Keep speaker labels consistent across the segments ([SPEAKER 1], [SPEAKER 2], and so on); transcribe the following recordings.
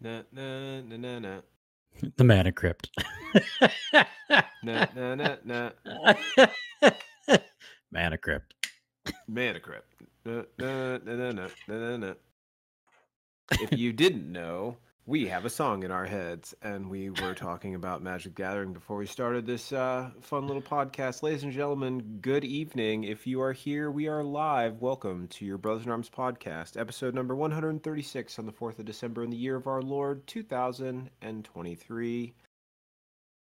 [SPEAKER 1] na na na na na
[SPEAKER 2] The Mana Crypt.
[SPEAKER 1] na na na na
[SPEAKER 2] Mana Crypt.
[SPEAKER 1] Mana Crypt. Na na na na na na na na. If you didn't know, we have a song in our heads, and we were talking about Magic the Gathering before we started this uh, fun little podcast. Ladies and gentlemen, good evening. If you are here, we are live. Welcome to your Brothers in Arms podcast, episode number 136 on the 4th of December in the year of our Lord 2023.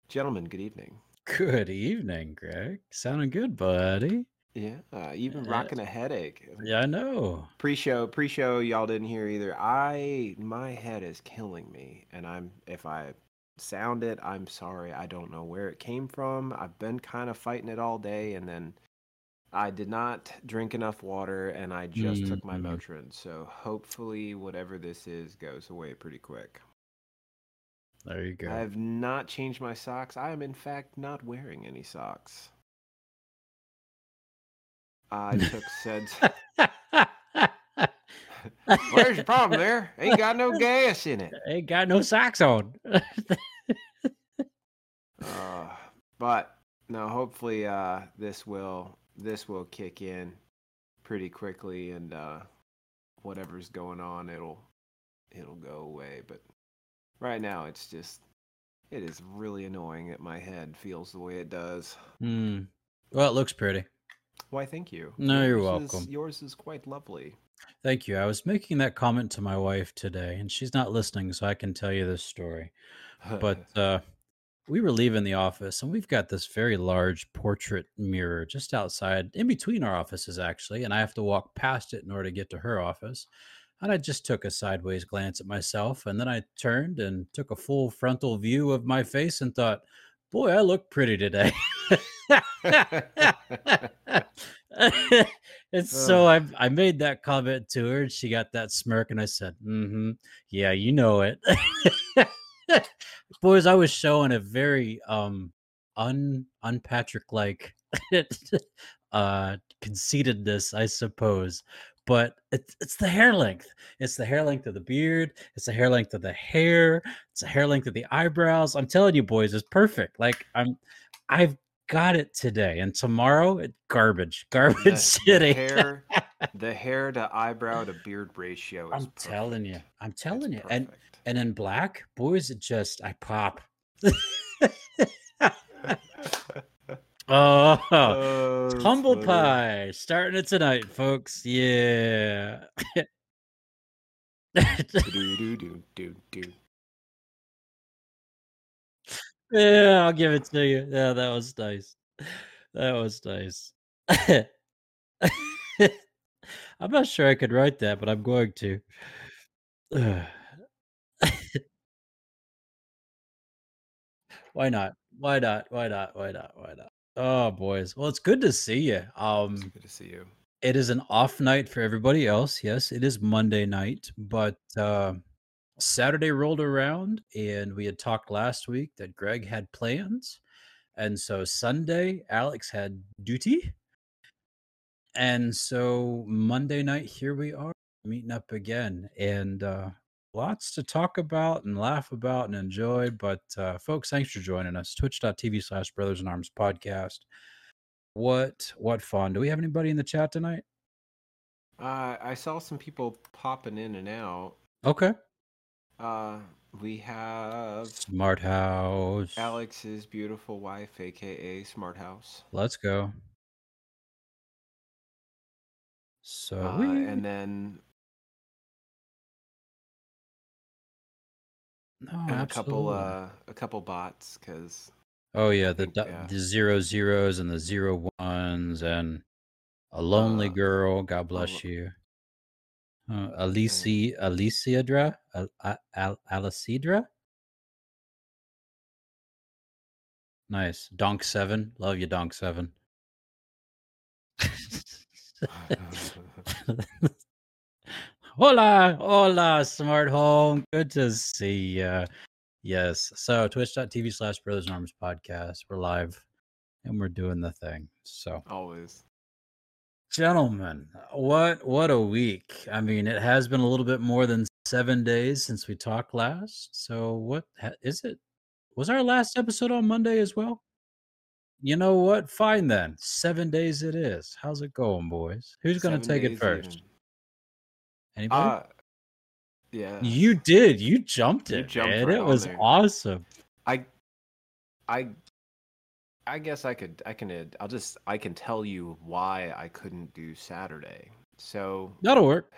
[SPEAKER 1] Gentlemen, good evening.
[SPEAKER 2] Good evening, Greg. Sounding good, buddy.
[SPEAKER 1] Yeah, uh, even
[SPEAKER 2] Yeah.
[SPEAKER 1] rocking a headache.
[SPEAKER 2] Yeah, I know.
[SPEAKER 1] pre-show pre-show y'all didn't hear either i my head is killing me and i'm if i sound it i'm sorry i don't know where it came from i've been kind of fighting it all day and then i did not drink enough water and i just took my
[SPEAKER 2] Mhm.
[SPEAKER 1] motrin so hopefully whatever this is goes away pretty quick
[SPEAKER 2] There you go.
[SPEAKER 1] i have not changed my socks i am in fact not wearing any socks i took said Where's your problem there? Ain't got no gas in it.
[SPEAKER 2] Ain't got no socks on.
[SPEAKER 1] Uh, but no, hopefully uh, this will this will kick in pretty quickly, and uh, whatever's going on, it'll it'll go away. But right now, it's just it is really annoying that my head feels the way it does.
[SPEAKER 2] Hmm. Well, it looks pretty.
[SPEAKER 1] Why? Thank you.
[SPEAKER 2] No, you're
[SPEAKER 1] Yours is-
[SPEAKER 2] welcome.
[SPEAKER 1] yours is quite lovely.
[SPEAKER 2] Thank you. I was making that comment to my wife today, and she's not listening, so I can tell you this story. But uh, we were leaving the office, and we've got this very large portrait mirror just outside, in between our offices, actually. And I have to walk past it in order to get to her office. And I just took a sideways glance at myself, and then I turned and took a full frontal view of my face and thought, boy, I look pretty today. and so I, I made that comment to her and she got that smirk and I said, mm-hmm, yeah, you know it. Boys, I was showing a very um un unpatrick like uh conceitedness, I suppose. But it's it's the hair length. It's the hair length of the beard. It's the hair length of the hair. It's the hair length of the eyebrows. I'm telling you, boys, it's perfect. Like I'm, I've got it today, and tomorrow, it, garbage,
[SPEAKER 1] The-
[SPEAKER 2] garbage
[SPEAKER 1] the
[SPEAKER 2] city.
[SPEAKER 1] hair, the hair to eyebrow to beard ratio. Is
[SPEAKER 2] I'm telling you, I'm telling you, and
[SPEAKER 1] perfect.
[SPEAKER 2] and in black, boys, it just I pop. Oh,
[SPEAKER 1] Oh, that's
[SPEAKER 2] humble
[SPEAKER 1] funny.
[SPEAKER 2] pie starting it tonight, folks. Yeah.
[SPEAKER 1] Do-do-do-do-do.
[SPEAKER 2] Yeah, I'll give it to you. Yeah, that was nice. That was nice. I'm not sure I could write that, but I'm going to. Why not? Why not? Why not? Why not? Why not? Oh, boys. Well, it's good to see you.
[SPEAKER 1] It's
[SPEAKER 2] Um,
[SPEAKER 1] good to see you.
[SPEAKER 2] it is an off night for everybody else. Yes, it is Monday night, but uh, Saturday rolled around, and we had talked last week that Greg had plans, and so Sunday Alex had duty, and so Monday night here we are meeting up again, and uh, lots to talk about and laugh about and enjoy. But uh, folks, thanks for joining us. Twitch.tv/slash Brothers in Arms Podcast. What what fun? Do we have anybody in the chat tonight?
[SPEAKER 1] Uh, I saw some people popping in and out.
[SPEAKER 2] Okay.
[SPEAKER 1] Uh, we have
[SPEAKER 2] Smart house.
[SPEAKER 1] Alex's beautiful wife, aka Smart House,
[SPEAKER 2] Let's go. So
[SPEAKER 1] uh,
[SPEAKER 2] we
[SPEAKER 1] and then
[SPEAKER 2] no,
[SPEAKER 1] and a couple,
[SPEAKER 2] absolutely.
[SPEAKER 1] uh, a couple bots, because
[SPEAKER 2] oh yeah, the
[SPEAKER 1] think,
[SPEAKER 2] dot-
[SPEAKER 1] yeah.
[SPEAKER 2] the zero zeros and the zero ones and a lonely
[SPEAKER 1] Uh,
[SPEAKER 2] girl. God bless
[SPEAKER 1] lo-
[SPEAKER 2] you. Uh, Alicia Alicidra Al, Al, Al, Alicidra. Nice. Donk seven. Love you, Donk seven. hola, hola, smart home. Good to see ya. Yes. So twitch.tv slash brothers in arms podcast. We're live and we're doing the thing. So
[SPEAKER 1] always.
[SPEAKER 2] gentlemen, what what a week. I mean, it has been a little bit more than seven days since we talked last. So what ha- is it? Was our last episode on Monday as well? You know what? Fine then. Seven days it is. How's it going, boys? Who's going to
[SPEAKER 1] Seven
[SPEAKER 2] take it
[SPEAKER 1] days
[SPEAKER 2] first?
[SPEAKER 1] even.
[SPEAKER 2] Anybody?
[SPEAKER 1] Uh, yeah.
[SPEAKER 2] you did. You jumped
[SPEAKER 1] You
[SPEAKER 2] it,
[SPEAKER 1] jumped
[SPEAKER 2] man.
[SPEAKER 1] right
[SPEAKER 2] it
[SPEAKER 1] on
[SPEAKER 2] was
[SPEAKER 1] there.
[SPEAKER 2] awesome.
[SPEAKER 1] I, I, I guess I could. I can. uh, I'll just. I can tell you why I couldn't do Saturday. So
[SPEAKER 2] That'll work.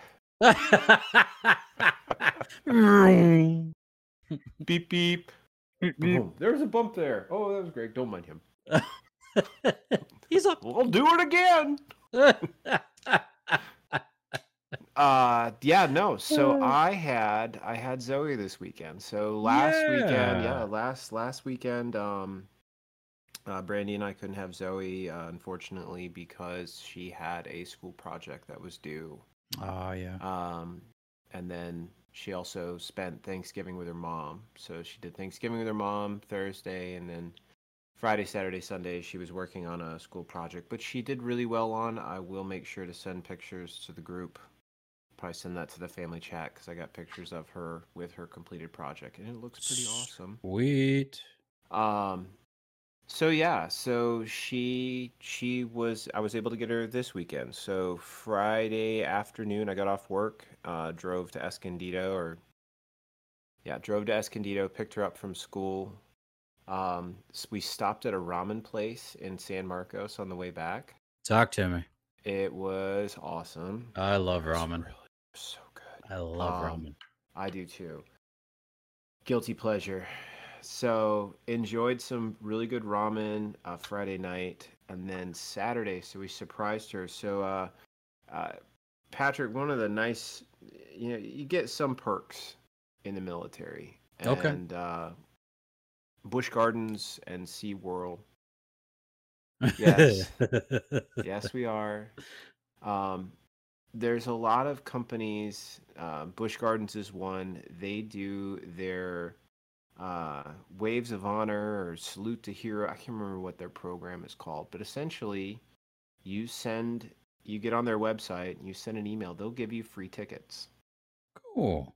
[SPEAKER 1] beep beep. Boom. There was a bump there. Oh, that was Greg. Don't mind him.
[SPEAKER 2] He's up.
[SPEAKER 1] We'll do it again. Uh, yeah, no. So
[SPEAKER 2] Uh.
[SPEAKER 1] I had I had Zoe this weekend. So last weekend,
[SPEAKER 2] Yeah.
[SPEAKER 1] yeah, last last weekend, um, uh, Brandy and I couldn't have Zoe uh, unfortunately because she had a school project that was due.
[SPEAKER 2] oh yeah.
[SPEAKER 1] Um, and then she also spent Thanksgiving with her mom. So she did Thanksgiving with her mom Thursday, and then Friday, Saturday, Sunday, she was working on a school project, but she did really well on. I will make sure to send pictures to the group. Probably send that to the family chat because I got pictures of her with her completed project, and it looks pretty awesome.
[SPEAKER 2] Sweet.
[SPEAKER 1] Um, so yeah, so she she was I was able to get her this weekend. So Friday afternoon, I got off work, uh, drove to Escondido, or yeah, drove to Escondido, picked her up from school. Um, s- we stopped at a ramen place in San Marcos on the way back.
[SPEAKER 2] Talk to me.
[SPEAKER 1] It was awesome.
[SPEAKER 2] I love
[SPEAKER 1] It was
[SPEAKER 2] ramen.
[SPEAKER 1] really- so good.
[SPEAKER 2] I love
[SPEAKER 1] Um,
[SPEAKER 2] ramen.
[SPEAKER 1] I do too. Guilty pleasure. So enjoyed some really good ramen uh, Friday night, and then Saturday. So we surprised her. So uh, uh, Patrick, one of the nice, you know, you get some perks in the military.
[SPEAKER 2] Okay.
[SPEAKER 1] And uh, Bush Gardens and SeaWorld yes. yes, we are. Um, there's a lot of companies. Uh, Bush Gardens is one. They do their uh, Waves of Honor or Salute to Hero. I can't remember what their program is called, but essentially, you send, you get on their website, you send an email. They'll give you free tickets
[SPEAKER 2] cool.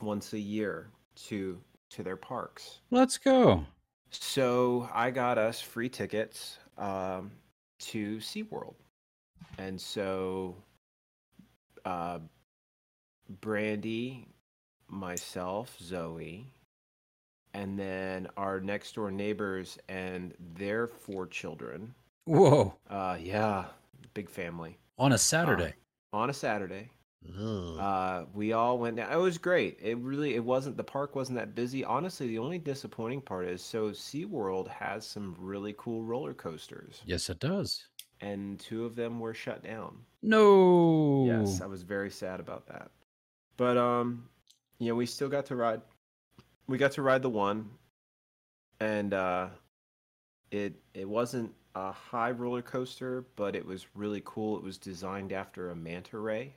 [SPEAKER 1] once a year to to their parks.
[SPEAKER 2] Let's go.
[SPEAKER 1] So I got us free tickets um, to SeaWorld. And so uh, Brandy, myself, Zoe, and then our next door neighbors and their four children.
[SPEAKER 2] Whoa.
[SPEAKER 1] Uh, yeah, big family.
[SPEAKER 2] On a Saturday.
[SPEAKER 1] On a Saturday,
[SPEAKER 2] Ugh.
[SPEAKER 1] uh, we all went down. It was great. It really it wasn't the park wasn't that busy. Honestly, the only disappointing part is so SeaWorld has some really cool roller coasters
[SPEAKER 2] yes, it does.
[SPEAKER 1] and two of them were shut down.
[SPEAKER 2] No.
[SPEAKER 1] Yes, I was very sad about that. But um you know, we still got to ride we got to ride the one and uh it it wasn't a high roller coaster, but it was really cool. It was designed after a manta ray.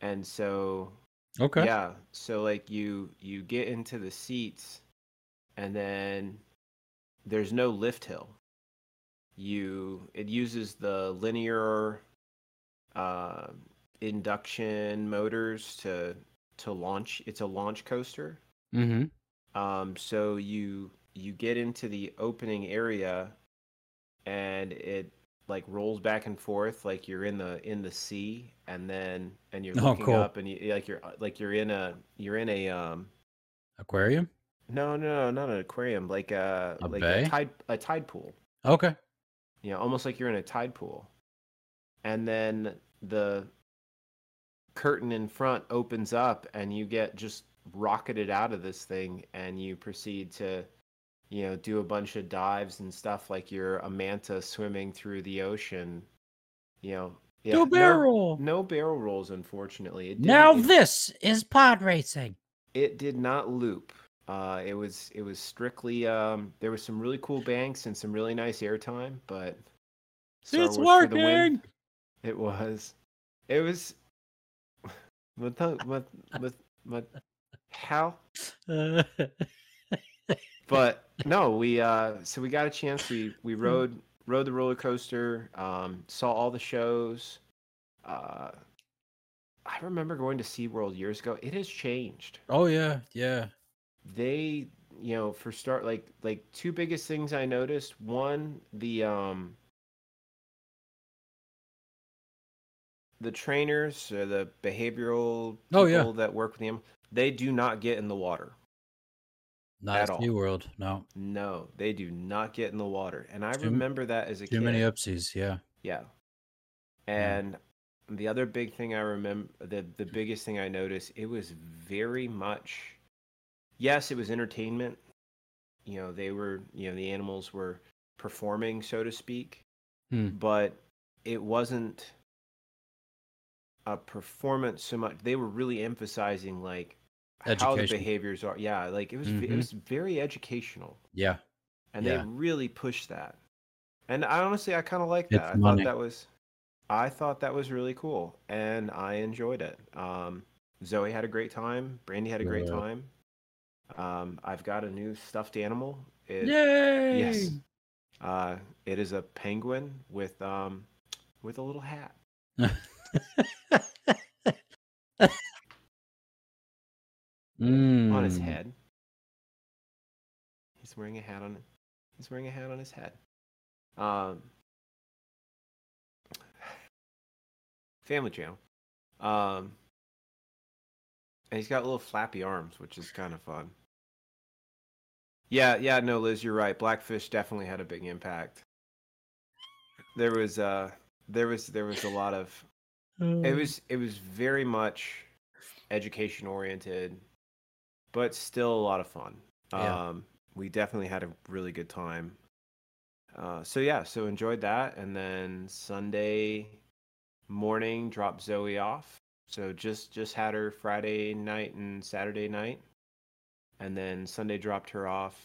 [SPEAKER 1] And so
[SPEAKER 2] Okay.
[SPEAKER 1] yeah. So like you you get into the seats and then there's no lift hill. You it uses the linear uh, induction motors to to launch. It's a launch coaster.
[SPEAKER 2] Mm-hmm.
[SPEAKER 1] Um, so you you get into the opening area, and it like rolls back and forth like you're in the in the sea, and then and you're
[SPEAKER 2] Oh,
[SPEAKER 1] looking
[SPEAKER 2] cool.
[SPEAKER 1] up, and you like you're like you're in a you're in a um
[SPEAKER 2] Aquarium.
[SPEAKER 1] no no no not an aquarium like a,
[SPEAKER 2] A
[SPEAKER 1] like
[SPEAKER 2] bay?
[SPEAKER 1] a tide a tide pool.
[SPEAKER 2] Okay.
[SPEAKER 1] you know, almost like you're in a tide pool. And then the curtain in front opens up and you get just rocketed out of this thing and you proceed to you know, do a bunch of dives and stuff like you're a manta swimming through the ocean. You know, yeah,
[SPEAKER 2] no barrel.
[SPEAKER 1] No, barrel rolls, unfortunately. It didn't-
[SPEAKER 2] now
[SPEAKER 1] it,
[SPEAKER 2] this is pod racing.
[SPEAKER 1] it did not loop. Uh, it was it was strictly um, there was some really cool banks and some really nice airtime, but Star
[SPEAKER 2] it's
[SPEAKER 1] Wars for the win.
[SPEAKER 2] working.
[SPEAKER 1] It was. It was. With with with with how?
[SPEAKER 2] Uh,
[SPEAKER 1] But no, we uh. So we got a chance. We we
[SPEAKER 2] Hmm.
[SPEAKER 1] rode rode the roller coaster. Um, saw all the shows. Uh, I remember going to SeaWorld years ago. It has changed.
[SPEAKER 2] Oh yeah, yeah.
[SPEAKER 1] They, you know, for start like like two biggest things I noticed. One, the um the trainers or the behavioral people
[SPEAKER 2] Oh, yeah.
[SPEAKER 1] that work with the animals, they do not get in the water.
[SPEAKER 2] Not
[SPEAKER 1] At
[SPEAKER 2] at
[SPEAKER 1] all.
[SPEAKER 2] New World. No.
[SPEAKER 1] No, they do not get in the water. And I
[SPEAKER 2] Too-
[SPEAKER 1] remember that as a
[SPEAKER 2] Too
[SPEAKER 1] kid.
[SPEAKER 2] many upsies, yeah.
[SPEAKER 1] Yeah.
[SPEAKER 2] Yeah.
[SPEAKER 1] And the other big thing I remember, the, the biggest thing I noticed, it was very much, yes, it was entertainment. You know, they were, you know, the animals were performing, so to speak,
[SPEAKER 2] Hmm.
[SPEAKER 1] but it wasn't a performance so much. They were really emphasizing, like, how the
[SPEAKER 2] Education.
[SPEAKER 1] behaviors are. Yeah. Like, it was, v it
[SPEAKER 2] Mhm.
[SPEAKER 1] was very educational
[SPEAKER 2] Yeah.
[SPEAKER 1] and
[SPEAKER 2] Yeah.
[SPEAKER 1] they really pushed that. And I honestly, I kind of like
[SPEAKER 2] It's
[SPEAKER 1] that. I
[SPEAKER 2] money.
[SPEAKER 1] thought that was, I thought that was really cool, and I enjoyed it. Um, Zoe had a great time. Brandy had a great
[SPEAKER 2] Yeah.
[SPEAKER 1] time. Um, I've got a new stuffed animal. It,
[SPEAKER 2] Yay.
[SPEAKER 1] Yes. Uh, it is a penguin with um, with a little hat. on his
[SPEAKER 2] Mm.
[SPEAKER 1] head. He's wearing a hat on. He's wearing a hat on his head. Um, family channel. Um, and he's got little flappy arms, which is kind of fun. Yeah, yeah, no, Liz, you're right. Blackfish definitely had a big impact. There was, uh, there was, there was a lot of it
[SPEAKER 2] Um,
[SPEAKER 1] was it was very much education oriented but still a lot of fun
[SPEAKER 2] Yeah.
[SPEAKER 1] um we definitely had a really good time uh so yeah so enjoyed that and then sunday morning dropped zoe off so just just had her friday night and saturday night and then sunday dropped her off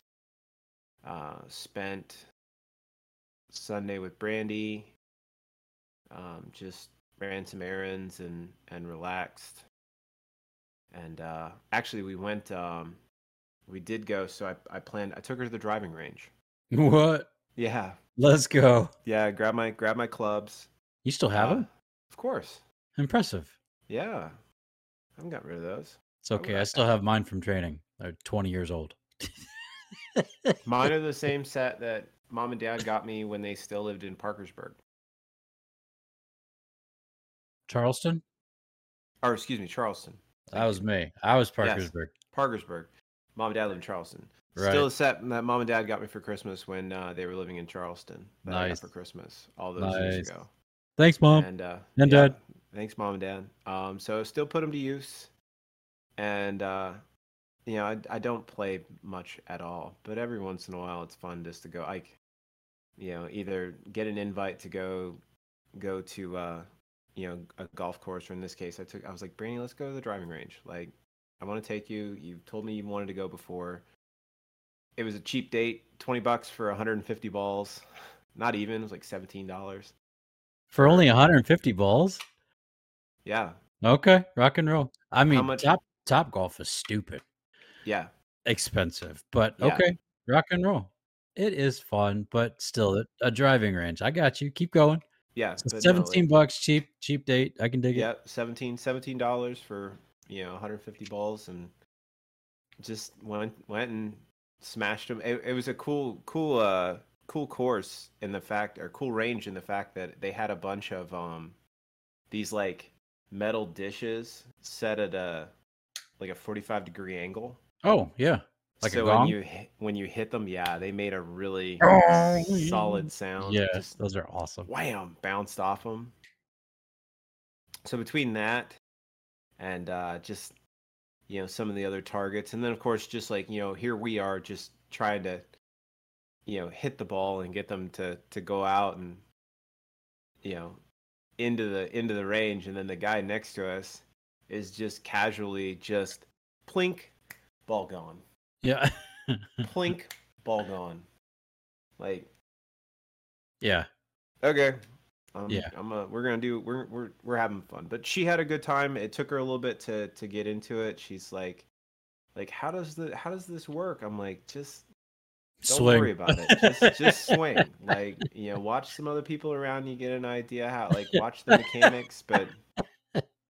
[SPEAKER 1] uh spent sunday with brandy um just ran some errands and and relaxed. And uh, actually, we went. Um, we did go. So I I planned. I took her to the driving range.
[SPEAKER 2] What?
[SPEAKER 1] Yeah,
[SPEAKER 2] Let's go.
[SPEAKER 1] yeah. Grab my grab my clubs.
[SPEAKER 2] You still have
[SPEAKER 1] Uh,
[SPEAKER 2] them?
[SPEAKER 1] Of course.
[SPEAKER 2] Impressive.
[SPEAKER 1] Yeah, I haven't got rid of those.
[SPEAKER 2] It's okay. I
[SPEAKER 1] right.
[SPEAKER 2] still have mine from training. They're 20 years old.
[SPEAKER 1] Mine are the same set that mom and dad got me when they still lived in Parkersburg.
[SPEAKER 2] Charleston?
[SPEAKER 1] Or excuse me, Charleston.
[SPEAKER 2] That was me. I was Parkersburg.
[SPEAKER 1] Parkersburg. Mom and dad live in Charleston.
[SPEAKER 2] Right.
[SPEAKER 1] Still a set that mom and dad got me for Christmas when uh, they were living in Charleston. That I got
[SPEAKER 2] Nice.
[SPEAKER 1] for Christmas all those years
[SPEAKER 2] Nice.
[SPEAKER 1] ago.
[SPEAKER 2] Thanks, mom.
[SPEAKER 1] and uh,
[SPEAKER 2] and Dad.
[SPEAKER 1] Thanks, mom and dad. Um, so still put them to use, and uh, you know I, I don't play much at all, but every once in a while it's fun just to go. I, c- you know, either get an invite to go, go to uh, you know a golf course, or in this case, I took I was like Brandy, let's go to the driving range. Like I want to take you. You told me you wanted to go before. It was a cheap date, twenty bucks for 150 balls. Not even, it was like seventeen dollars.
[SPEAKER 2] For only 150 balls?
[SPEAKER 1] Yeah,
[SPEAKER 2] Okay. Rock and roll. I mean,
[SPEAKER 1] much-
[SPEAKER 2] top top golf is stupid.
[SPEAKER 1] yeah.
[SPEAKER 2] expensive, but
[SPEAKER 1] Yeah.
[SPEAKER 2] okay, rock and roll. It is fun, but still a- a driving range. I got you. Keep going.
[SPEAKER 1] Yeah,
[SPEAKER 2] It's
[SPEAKER 1] but no, like-
[SPEAKER 2] 17 bucks, cheap, cheap date. I can dig
[SPEAKER 1] yeah, 17 17 dollars for you know 150 balls, and just went went and smashed them. It, it was a cool cool uh cool course in the fact or cool range in the fact that they had a bunch of um these like metal dishes set at a like a 45 degree angle.
[SPEAKER 2] it. Oh, yeah. Like a
[SPEAKER 1] so
[SPEAKER 2] gong?
[SPEAKER 1] when you hi- when you hit them, yeah, they made a really
[SPEAKER 2] Gong.
[SPEAKER 1] solid sound.
[SPEAKER 2] Oh, Yeah.
[SPEAKER 1] just
[SPEAKER 2] Those are awesome.
[SPEAKER 1] wham, bounced off him. So between that and uh, just you know some of the other targets, and then of course just like you know here we are just trying to you know hit the ball and get them to to go out and you know into the into the range, and then the guy next to us is just casually just plink, ball gone,
[SPEAKER 2] Yeah.
[SPEAKER 1] plink, ball gone, like
[SPEAKER 2] yeah.
[SPEAKER 1] okay um,
[SPEAKER 2] Yeah.
[SPEAKER 1] i'm uh, we're gonna do we're, we're we're having fun but she had a good time it took her a little bit to to get into it she's like like how does the how does this work i'm like just don't
[SPEAKER 2] Swing.
[SPEAKER 1] worry about it just just swing like you know watch some other people around you get an idea how like watch the mechanics but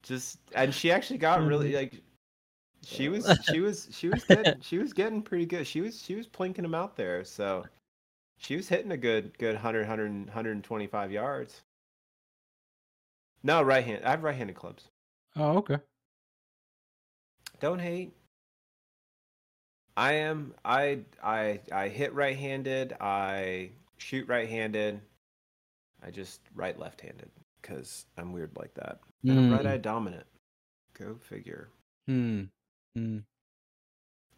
[SPEAKER 1] Just and she actually got really like she was she was she was getting she was getting pretty good. She was she was plinking them out there, so she was hitting a good good 100 100 125 yards. No, right hand. I have right-handed clubs.
[SPEAKER 2] Oh, okay.
[SPEAKER 1] Don't hate. I am I I I hit right-handed. I shoot right-handed. I just right left-handed because I'm weird like that. And I'm
[SPEAKER 2] Mm.
[SPEAKER 1] right-eye dominant. Go figure.
[SPEAKER 2] Hmm. Hmm.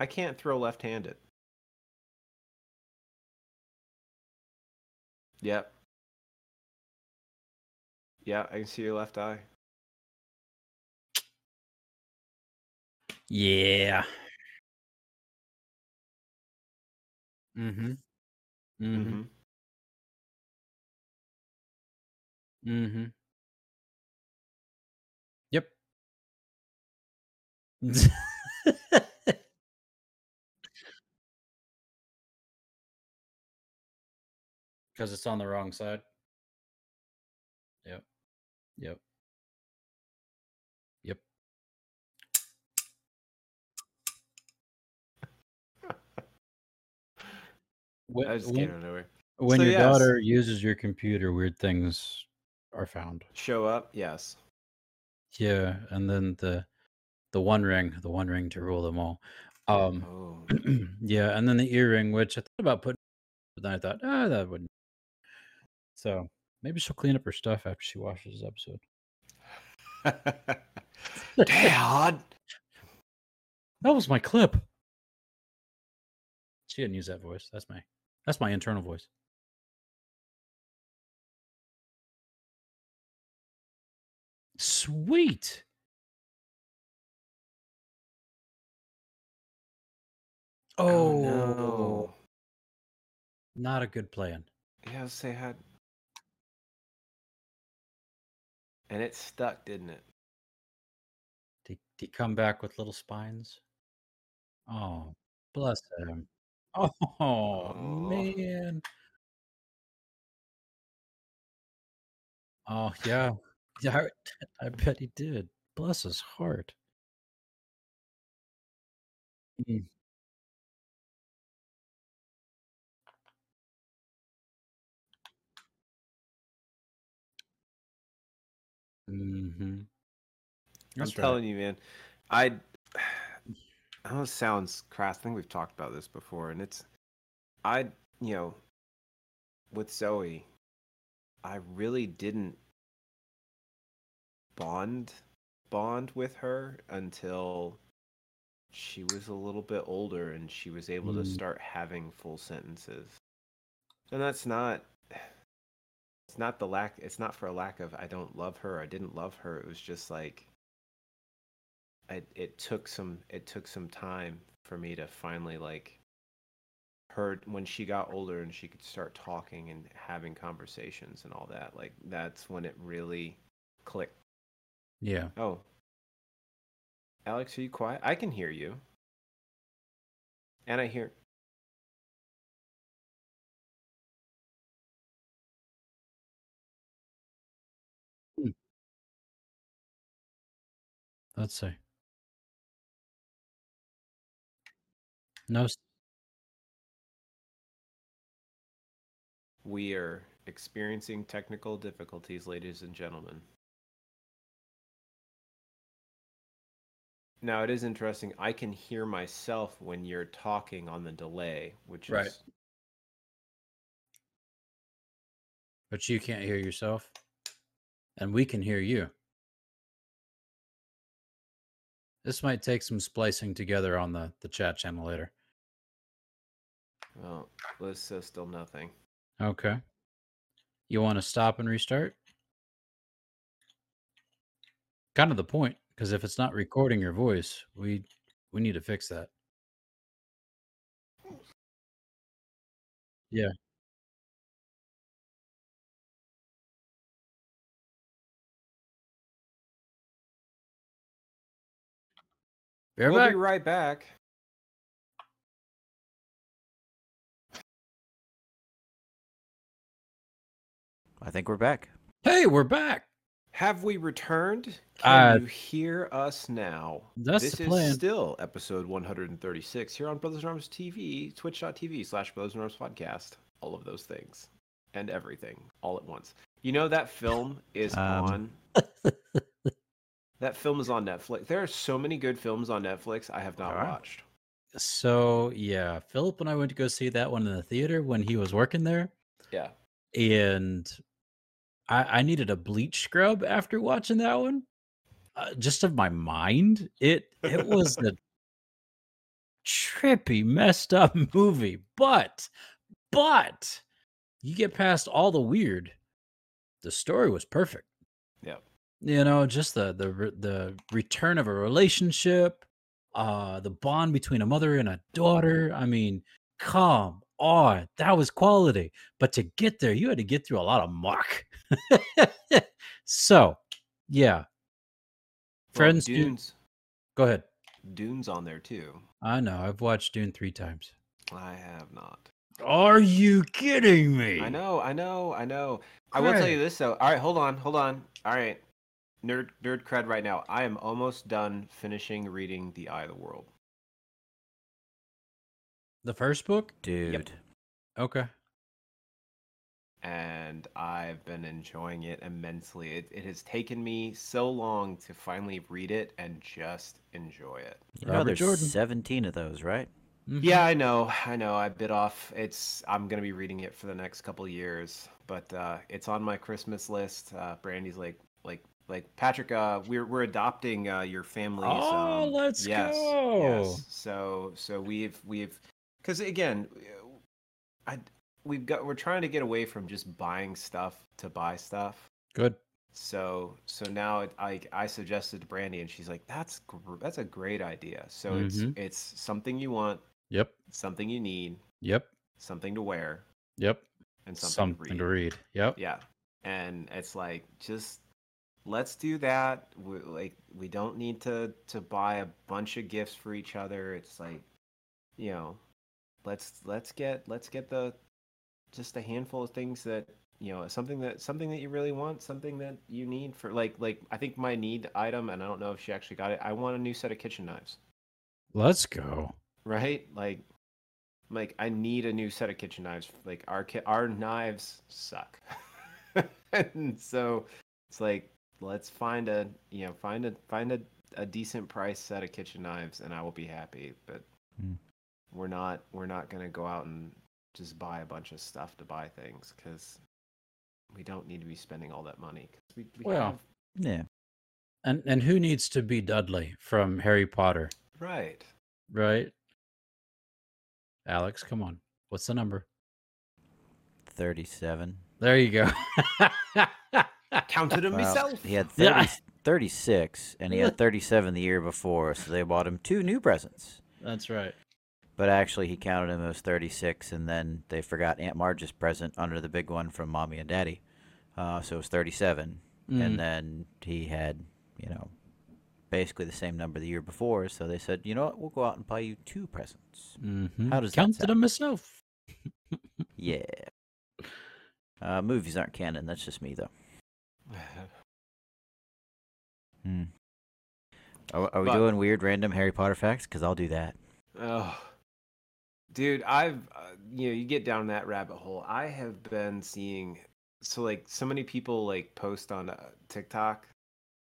[SPEAKER 1] I can't throw left-handed. Yep. Yeah, I can see your left eye.
[SPEAKER 2] Yeah. Mm-hmm. Mm-hmm.
[SPEAKER 1] Mhm.
[SPEAKER 2] Mm-hmm. Yep. Because it's on the wrong side. Yep. Yep. Yep. Wh-
[SPEAKER 1] I just
[SPEAKER 2] when-
[SPEAKER 1] came out of nowhere.
[SPEAKER 2] When
[SPEAKER 1] So,
[SPEAKER 2] your
[SPEAKER 1] yes.
[SPEAKER 2] daughter uses your computer, weird things are found.
[SPEAKER 1] Show up. Yes.
[SPEAKER 2] Yeah, and then the the one ring, the one ring to rule them all. Um,
[SPEAKER 1] Oh.
[SPEAKER 2] yeah, and then the earring, which I thought about putting, but then I thought, ah, that wouldn't. So maybe she'll clean up her stuff after she watches this episode.
[SPEAKER 1] Dad.
[SPEAKER 2] That was my clip. She didn't use that voice. That's my that's my internal voice. Sweet. Oh,
[SPEAKER 1] no.
[SPEAKER 2] not a good plan.
[SPEAKER 1] Yeah, say had. And it stuck, didn't it?
[SPEAKER 2] Did he come back with little spines? Oh, bless him. Oh, man. Oh yeah. Yeah, I, I bet he did. Bless his heart. Mm. Mhm.
[SPEAKER 1] I'm telling you, man. I. I know it sounds crass. I think we've talked about this before, and it's. I, you know, with Zoe, I really didn't bond bond with her until she was a little bit older and she was able to
[SPEAKER 2] Mm.
[SPEAKER 1] start having full sentences. And that's not it's not the lack it's not for a lack of I don't love her, I didn't love her. It was just like I it took some it took some time for me to finally like her when she got older and she could start talking and having conversations and all that. Like that's when it really clicked.
[SPEAKER 2] Yeah.
[SPEAKER 1] Oh. Alex, are you quiet? I can hear you. And I hear
[SPEAKER 2] Let's see. No. s-
[SPEAKER 1] we are experiencing technical difficulties, ladies and gentlemen. Now it is interesting. I can hear myself when you're talking on the delay, which
[SPEAKER 2] Right.
[SPEAKER 1] is
[SPEAKER 2] But you can't hear yourself, and we can hear you. This might take some splicing together on the the chat channel later.
[SPEAKER 1] well, this says still nothing.
[SPEAKER 2] Okay. You want to stop and restart? Kind of the point, because if it's not recording your voice, we we need to fix that. Yeah. Bear
[SPEAKER 1] we'll
[SPEAKER 2] back.
[SPEAKER 1] be right back.
[SPEAKER 3] I think we're back.
[SPEAKER 2] Hey, we're back.
[SPEAKER 1] Have we returned? Can you hear us now?
[SPEAKER 2] Uh, That's
[SPEAKER 1] this
[SPEAKER 2] the plan.
[SPEAKER 1] is still episode 136 here on Brothers in Arms TV, twitch.tv slash Brothers in Arms podcast. All of those things and everything all at once. You know, that film is
[SPEAKER 3] Um.
[SPEAKER 1] on. that film is on Netflix. There are so many good films on Netflix I have not
[SPEAKER 3] There are.
[SPEAKER 1] watched.
[SPEAKER 2] So yeah, Philip and I went to go see that one in the theater when he was working there,
[SPEAKER 1] Yeah.
[SPEAKER 2] and I, I needed a bleach scrub after watching that one, uh, just of my mind. It it was a trippy, messed up movie, but but you get past all the weird, the story was perfect.
[SPEAKER 1] Yep.
[SPEAKER 2] you know, just the the re- the return of a relationship, uh, the bond between a mother and a daughter. I mean, come on, that was quality. But to get there, you had to get through a lot of muck. so, yeah, friends.
[SPEAKER 1] Well,
[SPEAKER 2] Dune,
[SPEAKER 1] Dune's,
[SPEAKER 2] go ahead.
[SPEAKER 1] Dune's on there too.
[SPEAKER 2] I know. I've watched Dune three times.
[SPEAKER 1] I have not.
[SPEAKER 2] Are you kidding me?
[SPEAKER 1] I know, I know, I know. I will tell you this though. All right, hold on, hold on. All right, nerd nerd cred right now. I am almost done finishing reading The Eye of the World.
[SPEAKER 2] The first book.
[SPEAKER 3] Dude.
[SPEAKER 2] Okay.
[SPEAKER 1] and I've been enjoying it immensely. It, it has taken me so long to finally read it and just enjoy it.
[SPEAKER 3] You know
[SPEAKER 2] Robert
[SPEAKER 3] there's
[SPEAKER 2] Jordan.
[SPEAKER 3] 17 of those, right?
[SPEAKER 2] Mhm.
[SPEAKER 1] Yeah, I know, I know. I bit off. It's I'm gonna be reading it for the next couple years, but uh, it's on my Christmas list. Uh, Brandy's like, like, like Patrick. Uh, we're we're adopting uh, your family's.
[SPEAKER 2] Oh,
[SPEAKER 1] um,
[SPEAKER 2] let's
[SPEAKER 1] yes,
[SPEAKER 2] go.
[SPEAKER 1] Yes. So so we've we've because again, I we've got we're trying to get away from just buying stuff to buy stuff.
[SPEAKER 2] Good.
[SPEAKER 1] So so now it, I I suggested to Brandy and she's like that's gr- that's a great idea. So
[SPEAKER 2] Mhm.
[SPEAKER 1] it's it's something you want,
[SPEAKER 2] Yep.
[SPEAKER 1] something you need,
[SPEAKER 2] Yep.
[SPEAKER 1] something to wear,
[SPEAKER 2] Yep.
[SPEAKER 1] and something,
[SPEAKER 2] Something, to read. Yep.
[SPEAKER 1] Yeah, and it's like just let's do that. We, like we don't need to to buy a bunch of gifts for each other. It's like you know, let's let's get let's get the just a handful of things that you know something that something that you really want something that you need for like like i think my need item and i don't know if she actually got it i want a new set of kitchen knives
[SPEAKER 2] Let's go.
[SPEAKER 1] right like like i need a new set of kitchen knives like our ki- our knives suck and so it's like let's find a you know find a find a, a decent price set of kitchen knives and i will be happy but
[SPEAKER 3] Mm.
[SPEAKER 1] we're not we're not going to go out and just buy a bunch of stuff to buy things cuz we don't need to be spending all that money 'cause we, we
[SPEAKER 2] Well.
[SPEAKER 1] have-
[SPEAKER 3] Yeah.
[SPEAKER 2] And and who needs to be Dudley from Harry Potter,
[SPEAKER 1] right
[SPEAKER 2] right? Alex, come on. What's the number?
[SPEAKER 3] 37.
[SPEAKER 2] There you go.
[SPEAKER 1] counted it
[SPEAKER 3] Wow.
[SPEAKER 1] myself
[SPEAKER 3] He had 30,
[SPEAKER 2] Yeah.
[SPEAKER 3] 36, and he had 37 the year before, so they bought him two new presents.
[SPEAKER 2] That's right.
[SPEAKER 3] But actually, he counted him as 36, and then they forgot Aunt Marge's present under the big one from Mommy and Daddy. Uh, so it was 37.
[SPEAKER 2] Mm.
[SPEAKER 3] And then he had, you know, basically the same number the year before, so they said, you know what, we'll go out and buy you two presents.
[SPEAKER 2] Mhm.
[SPEAKER 3] How does that mm-hmm.
[SPEAKER 2] counted
[SPEAKER 3] sound?
[SPEAKER 2] them myself?
[SPEAKER 3] Yeah. Uh, movies aren't canon. That's just me, though. Hmm. Are, are we
[SPEAKER 1] But-
[SPEAKER 3] doing weird random Harry Potter facts? Because I'll do that.
[SPEAKER 1] Oh, dude, I've uh, you know you get down that rabbit hole. I have been seeing so like so many people like post on uh, TikTok,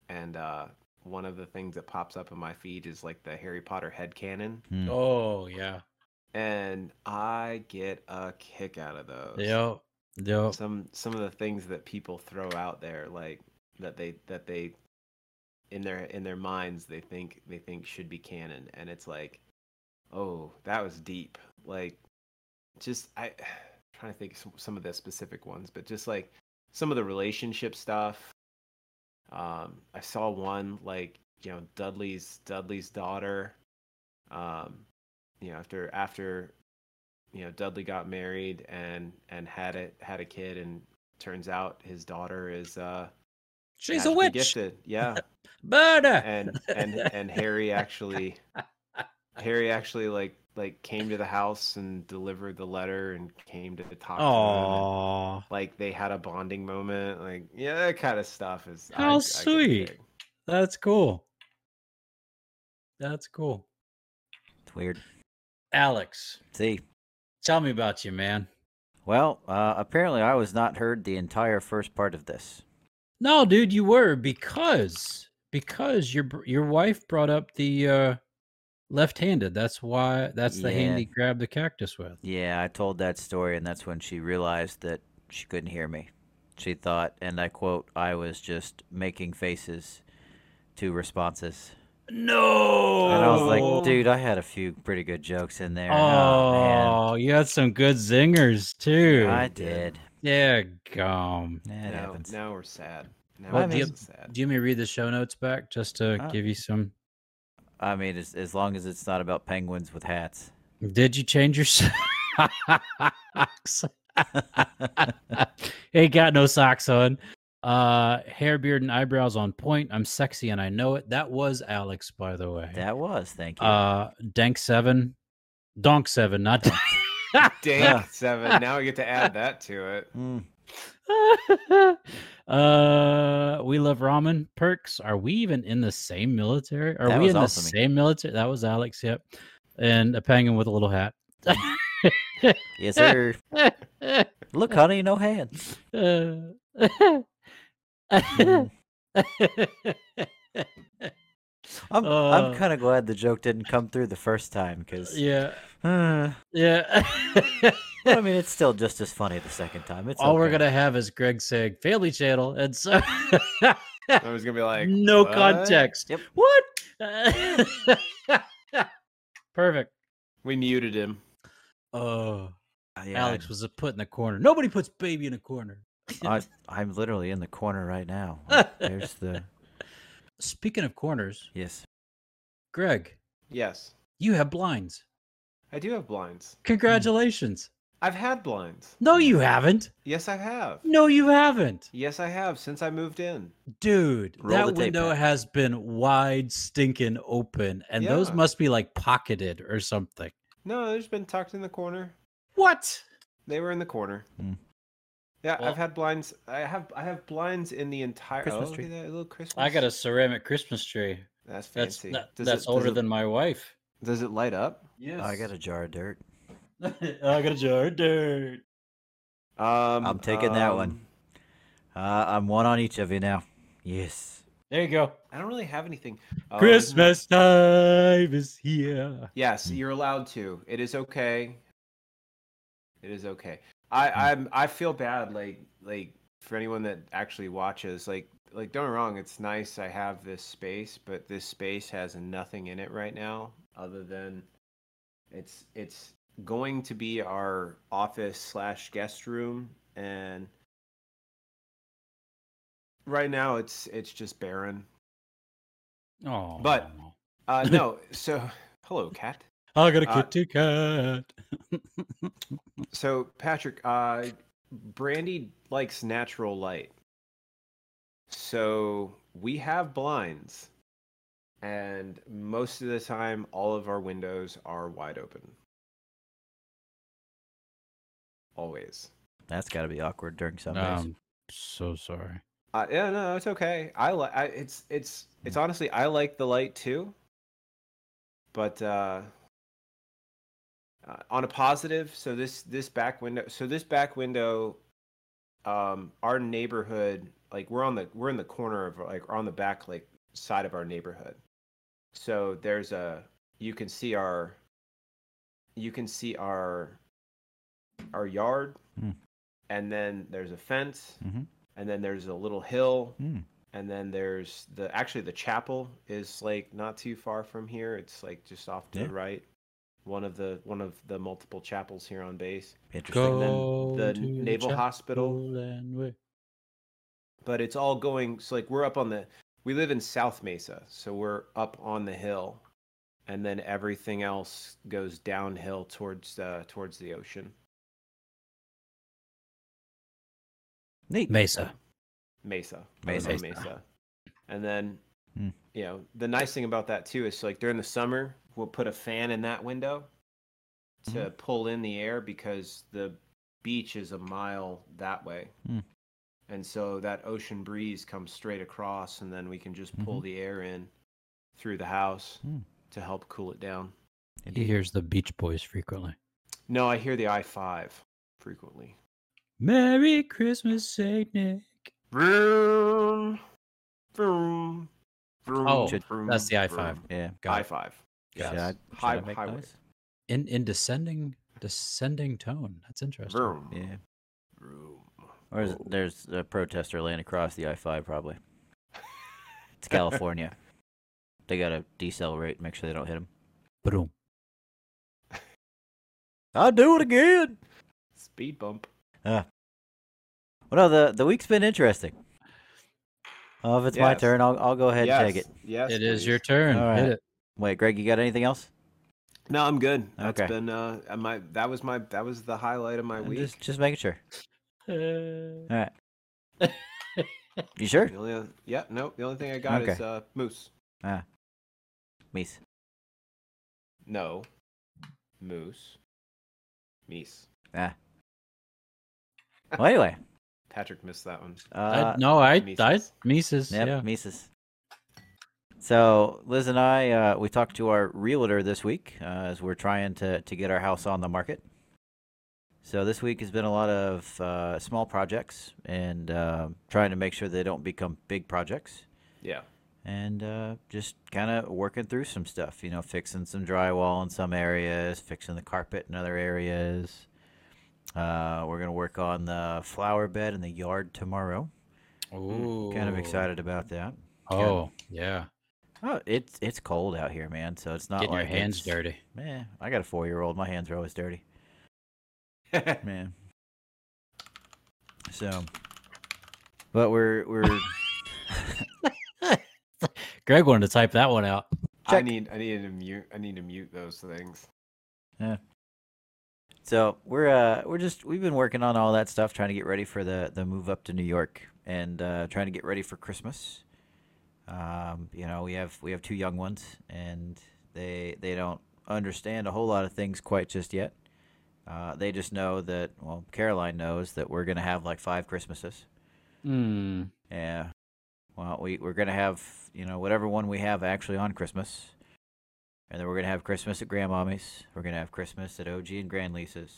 [SPEAKER 1] and uh, one of the things that pops up in my feed is like the Harry Potter head cannon,
[SPEAKER 3] Hmm.
[SPEAKER 2] Oh yeah.
[SPEAKER 1] and I get a kick out of those.
[SPEAKER 2] Yep. Yep.
[SPEAKER 1] Some some of the things that people throw out there, like that they that they in their in their minds they think they think should be canon, and it's like, oh, that was deep. Like, just I trying to think of some, some of the specific ones, but just like some of the relationship stuff. Um, I saw one like you know Dudley's Dudley's daughter. Um, you know after after you know Dudley got married and and had it had a kid, and turns out his daughter is uh
[SPEAKER 2] She's a
[SPEAKER 1] magically
[SPEAKER 2] witch.
[SPEAKER 1] Gifted. Yeah,
[SPEAKER 2] Murder.
[SPEAKER 1] and and and Harry actually Harry actually like like came to the house and delivered the letter and came to talk to him. and,
[SPEAKER 2] Aww.
[SPEAKER 1] like they had a bonding moment. Like yeah, that kind of stuff is
[SPEAKER 2] How
[SPEAKER 1] can
[SPEAKER 2] sweet.
[SPEAKER 1] dig.
[SPEAKER 2] That's cool. That's cool.
[SPEAKER 3] It's weird.
[SPEAKER 2] Alex,
[SPEAKER 3] See,
[SPEAKER 2] tell me about you, man.
[SPEAKER 3] well, uh, apparently I was not heard the entire first part of this.
[SPEAKER 2] No, dude, you were because because your br- your wife brought up the uh left-handed. That's why that's the
[SPEAKER 3] Yeah.
[SPEAKER 2] hand he grabbed the cactus with.
[SPEAKER 3] Yeah, I told that story, and that's when she realized that she couldn't hear me. She thought, and I quote, I was just making faces to responses.
[SPEAKER 2] No.
[SPEAKER 3] And I was
[SPEAKER 1] Oh.
[SPEAKER 3] like, dude, I had a few pretty good jokes in there. man.
[SPEAKER 2] Oh, you had some good zingers too.
[SPEAKER 3] I
[SPEAKER 1] you did.
[SPEAKER 3] did.
[SPEAKER 2] Yeah, gum.
[SPEAKER 3] Yeah, it
[SPEAKER 1] Now,
[SPEAKER 3] happens.
[SPEAKER 1] now we're sad. Now
[SPEAKER 3] Well,
[SPEAKER 1] we're
[SPEAKER 3] do you-
[SPEAKER 1] just sad.
[SPEAKER 2] Do you want me to read the show notes back just to
[SPEAKER 3] Uh,
[SPEAKER 2] give you some?
[SPEAKER 3] I mean, as, as long as it's not about penguins with hats.
[SPEAKER 2] Did you change your socks? Ain't got no socks on. Uh, hair, beard, and eyebrows on point. I'm sexy and I know it. That was Alex, by the way.
[SPEAKER 3] That was, thank you.
[SPEAKER 2] uh, Dank Seven, Donk Seven, not. Donk-
[SPEAKER 1] Dank seven. Now we get to add that to it.
[SPEAKER 3] Mm,
[SPEAKER 2] uh, we love ramen perks. Are we even in the same military? Are
[SPEAKER 3] That
[SPEAKER 2] we
[SPEAKER 3] was
[SPEAKER 2] in the
[SPEAKER 3] also me.
[SPEAKER 2] same military? That was Alex. Yep, and a penguin with a little hat.
[SPEAKER 3] yes, sir. Look, honey, no hands.
[SPEAKER 2] Uh,
[SPEAKER 3] Mm. I'm,
[SPEAKER 2] Uh,
[SPEAKER 3] I'm kind of glad the joke didn't come through the first time because.
[SPEAKER 2] yeah,
[SPEAKER 3] Uh,
[SPEAKER 2] yeah.
[SPEAKER 3] but I mean, it's still just as funny the second time. It's
[SPEAKER 2] All we're
[SPEAKER 3] okay.
[SPEAKER 2] gonna have is Greg saying Family Channel, and so
[SPEAKER 1] I was gonna be like,
[SPEAKER 2] no
[SPEAKER 1] "What?"
[SPEAKER 2] context.
[SPEAKER 3] Yep.
[SPEAKER 2] What? Perfect.
[SPEAKER 1] We muted him.
[SPEAKER 2] Oh,
[SPEAKER 3] Uh, yeah,
[SPEAKER 2] Alex was a put in the corner. Nobody puts baby in a corner.
[SPEAKER 3] I, I, am literally in the corner right now. Like, There's the
[SPEAKER 2] Speaking of corners,
[SPEAKER 3] yes.
[SPEAKER 2] Greg,
[SPEAKER 1] Yes,
[SPEAKER 2] you have blinds.
[SPEAKER 3] Hmm.
[SPEAKER 1] I do have blinds.
[SPEAKER 2] Congratulations.
[SPEAKER 1] I've had blinds.
[SPEAKER 2] No, you haven't.
[SPEAKER 1] Yes, I have.
[SPEAKER 2] No, you haven't.
[SPEAKER 1] Yes, I have since I moved in.
[SPEAKER 2] Dude,
[SPEAKER 3] Roll the
[SPEAKER 2] that
[SPEAKER 3] tape
[SPEAKER 2] window
[SPEAKER 3] back.
[SPEAKER 2] has been wide stinking open, and those
[SPEAKER 1] Yeah.
[SPEAKER 2] must be like pocketed or something.
[SPEAKER 1] No, they've just been tucked in the corner.
[SPEAKER 2] What?
[SPEAKER 1] They were in the corner.
[SPEAKER 3] Mm.
[SPEAKER 1] Yeah,
[SPEAKER 2] Well-
[SPEAKER 1] I've had blinds. I have I have blinds in the entire
[SPEAKER 3] Christmas
[SPEAKER 1] oh,
[SPEAKER 3] tree.
[SPEAKER 1] look at that little Christmas.
[SPEAKER 2] I got a ceramic Christmas tree.
[SPEAKER 1] That's
[SPEAKER 2] That's
[SPEAKER 1] fancy.
[SPEAKER 2] that-
[SPEAKER 1] Does
[SPEAKER 2] that's
[SPEAKER 1] it- does
[SPEAKER 2] older
[SPEAKER 1] it-
[SPEAKER 2] than my wife.
[SPEAKER 1] Does it light up?
[SPEAKER 2] Yes.
[SPEAKER 3] I got a jar of dirt.
[SPEAKER 2] I got a jar of dirt.
[SPEAKER 1] Um,
[SPEAKER 3] I'm taking that one.
[SPEAKER 1] um,
[SPEAKER 3] Uh, I'm one on each of you now. Yes.
[SPEAKER 2] There you go.
[SPEAKER 1] I don't really have anything. Oh, there's no-
[SPEAKER 2] Christmas time is here.
[SPEAKER 1] Yes, you're allowed to. It is okay. It is okay. I I'm I feel bad like like for anyone that actually watches like like don't get me wrong, it's nice I have this space, but this space has nothing in it right now other than it's it's going to be our office slash guest room and right now it's it's just barren.
[SPEAKER 2] Oh.
[SPEAKER 1] But- Uh no, so hello cat.
[SPEAKER 2] I got a
[SPEAKER 1] uh,
[SPEAKER 2] kitty cat.
[SPEAKER 1] So Patrick, uh, Brandy likes natural light. So we have blinds, and most of the time, all of our windows are wide open. Always.
[SPEAKER 3] That's got to be awkward during some days.
[SPEAKER 2] Um, so sorry.
[SPEAKER 1] Uh, yeah, no, it's okay. I like. I, it's it's it's honestly, I like the light too. But uh, uh, on a positive, so this this back window, so this back window, um, our neighborhood, like we're on the we're in the corner of like we're on the back like side of our neighborhood. So there's a you can see our you can see our our yard,
[SPEAKER 3] Mm.
[SPEAKER 1] and then there's a fence
[SPEAKER 3] Mhm.
[SPEAKER 1] and then there's a little hill
[SPEAKER 3] Hmm.
[SPEAKER 1] and then there's the actually the chapel is like not too far from here it's like just off to
[SPEAKER 3] Yeah.
[SPEAKER 1] the right one of the one of the multiple chapels here on base
[SPEAKER 3] Interesting.
[SPEAKER 1] and then
[SPEAKER 2] Go
[SPEAKER 1] the
[SPEAKER 2] to
[SPEAKER 1] naval
[SPEAKER 2] chapel
[SPEAKER 1] hospital
[SPEAKER 2] and we-
[SPEAKER 1] but it's all going so like we're up on the we live in south mesa so we're up on the hill and then everything else goes downhill towards uh, towards the ocean
[SPEAKER 3] Neat.
[SPEAKER 2] Mesa.
[SPEAKER 1] Mesa.
[SPEAKER 3] Mesa.
[SPEAKER 1] Mesa.
[SPEAKER 3] Mesa.
[SPEAKER 1] Mesa. And then,
[SPEAKER 3] Hmm.
[SPEAKER 1] you know, the nice thing about that too is like during the summer, we'll put a fan in that window to pull in the air because the beach is a mile that way.
[SPEAKER 3] Hmm.
[SPEAKER 1] And so that ocean breeze comes straight across, and then we can just pull
[SPEAKER 3] Mhm.
[SPEAKER 1] the air in through the house
[SPEAKER 3] Hmm.
[SPEAKER 1] to help cool it down.
[SPEAKER 2] He hears the Beach Boys frequently.
[SPEAKER 1] No, I hear the I 5 frequently.
[SPEAKER 2] Merry Christmas, Saint Nick.
[SPEAKER 1] Vroom, vroom, vroom,
[SPEAKER 2] Oh,
[SPEAKER 1] vroom,
[SPEAKER 2] that's the I5.
[SPEAKER 1] vroom.
[SPEAKER 3] Yeah.
[SPEAKER 2] Got
[SPEAKER 1] I
[SPEAKER 2] it.
[SPEAKER 1] 5.
[SPEAKER 2] Got
[SPEAKER 3] Should I,
[SPEAKER 2] it.
[SPEAKER 3] should
[SPEAKER 1] High-
[SPEAKER 3] I make
[SPEAKER 1] highway.
[SPEAKER 3] noise?
[SPEAKER 2] In in descending descending tone. That's interesting.
[SPEAKER 1] Vroom.
[SPEAKER 3] Yeah.
[SPEAKER 1] Vroom.
[SPEAKER 3] Or is, there's a protester laying across the I-5 probably. It's California. they gotta decelerate, make sure they don't hit them.
[SPEAKER 2] Vroom.
[SPEAKER 3] I'll do it again.
[SPEAKER 1] Speed bump.
[SPEAKER 3] Well, no, the the week's been interesting. Oh, if it's my
[SPEAKER 1] Yes.
[SPEAKER 3] turn, I'll I'll go ahead and take
[SPEAKER 1] Yes,
[SPEAKER 3] it.
[SPEAKER 1] Yes.
[SPEAKER 2] It is
[SPEAKER 1] please.
[SPEAKER 2] your turn.
[SPEAKER 3] All
[SPEAKER 2] Hit
[SPEAKER 3] right.
[SPEAKER 2] it.
[SPEAKER 3] Wait, Greg, you got anything else?
[SPEAKER 1] No, I'm good. That's
[SPEAKER 3] Okay.
[SPEAKER 1] been uh my that was my that was the highlight of my
[SPEAKER 3] I'm
[SPEAKER 1] week.
[SPEAKER 3] Just just making sure.
[SPEAKER 2] Uh,
[SPEAKER 3] All right. you sure?
[SPEAKER 1] The only oth- yeah, no, the only thing I got is
[SPEAKER 3] Okay.
[SPEAKER 1] uh moose.
[SPEAKER 3] Meese.
[SPEAKER 1] No. Moose. Meese.
[SPEAKER 3] Well, anyway,
[SPEAKER 1] Patrick missed that one.
[SPEAKER 3] uh,
[SPEAKER 2] I, no, I, I
[SPEAKER 1] Mises.
[SPEAKER 2] Mises.
[SPEAKER 3] Yep,
[SPEAKER 2] Yeah.
[SPEAKER 3] Mises. So Liz and I, uh, we talked to our realtor this week uh, as we're trying to to get our house on the market. So this week has been a lot of uh, small projects and uh, trying to make sure they don't become big projects,
[SPEAKER 1] Yeah.
[SPEAKER 3] and uh, just kind of working through some stuff. You know, fixing some drywall in some areas, fixing the carpet in other areas. Uh, we're gonna work on the flower bed in the yard tomorrow.
[SPEAKER 2] Ooh.
[SPEAKER 3] Kind of excited about that.
[SPEAKER 2] Oh, yeah.
[SPEAKER 3] Oh, it's it's cold out here, man. So it's not
[SPEAKER 2] Getting your
[SPEAKER 3] like
[SPEAKER 2] hands
[SPEAKER 3] it's-
[SPEAKER 2] dirty.
[SPEAKER 3] Man, I got a four year old. My hands are always dirty, man. So, but we're we're
[SPEAKER 2] Greg wanted to type that one out.
[SPEAKER 1] I need I need to mute I need to mute those things.
[SPEAKER 3] so we're uh we're just we've been working on all that stuff, trying to get ready for the the move up to New York and uh, trying to get ready for Christmas. Um, you know, we have we have two young ones, and they they don't understand a whole lot of things quite just yet. Uh, they just know that well, Caroline knows that we're gonna have like five Christmases.
[SPEAKER 2] Hmm.
[SPEAKER 3] Yeah. Well, we we're gonna have you know whatever one we have actually on Christmas, and then we're gonna have Christmas at Grandmommy's. We're gonna have Christmas at OG and Grand Lisa's.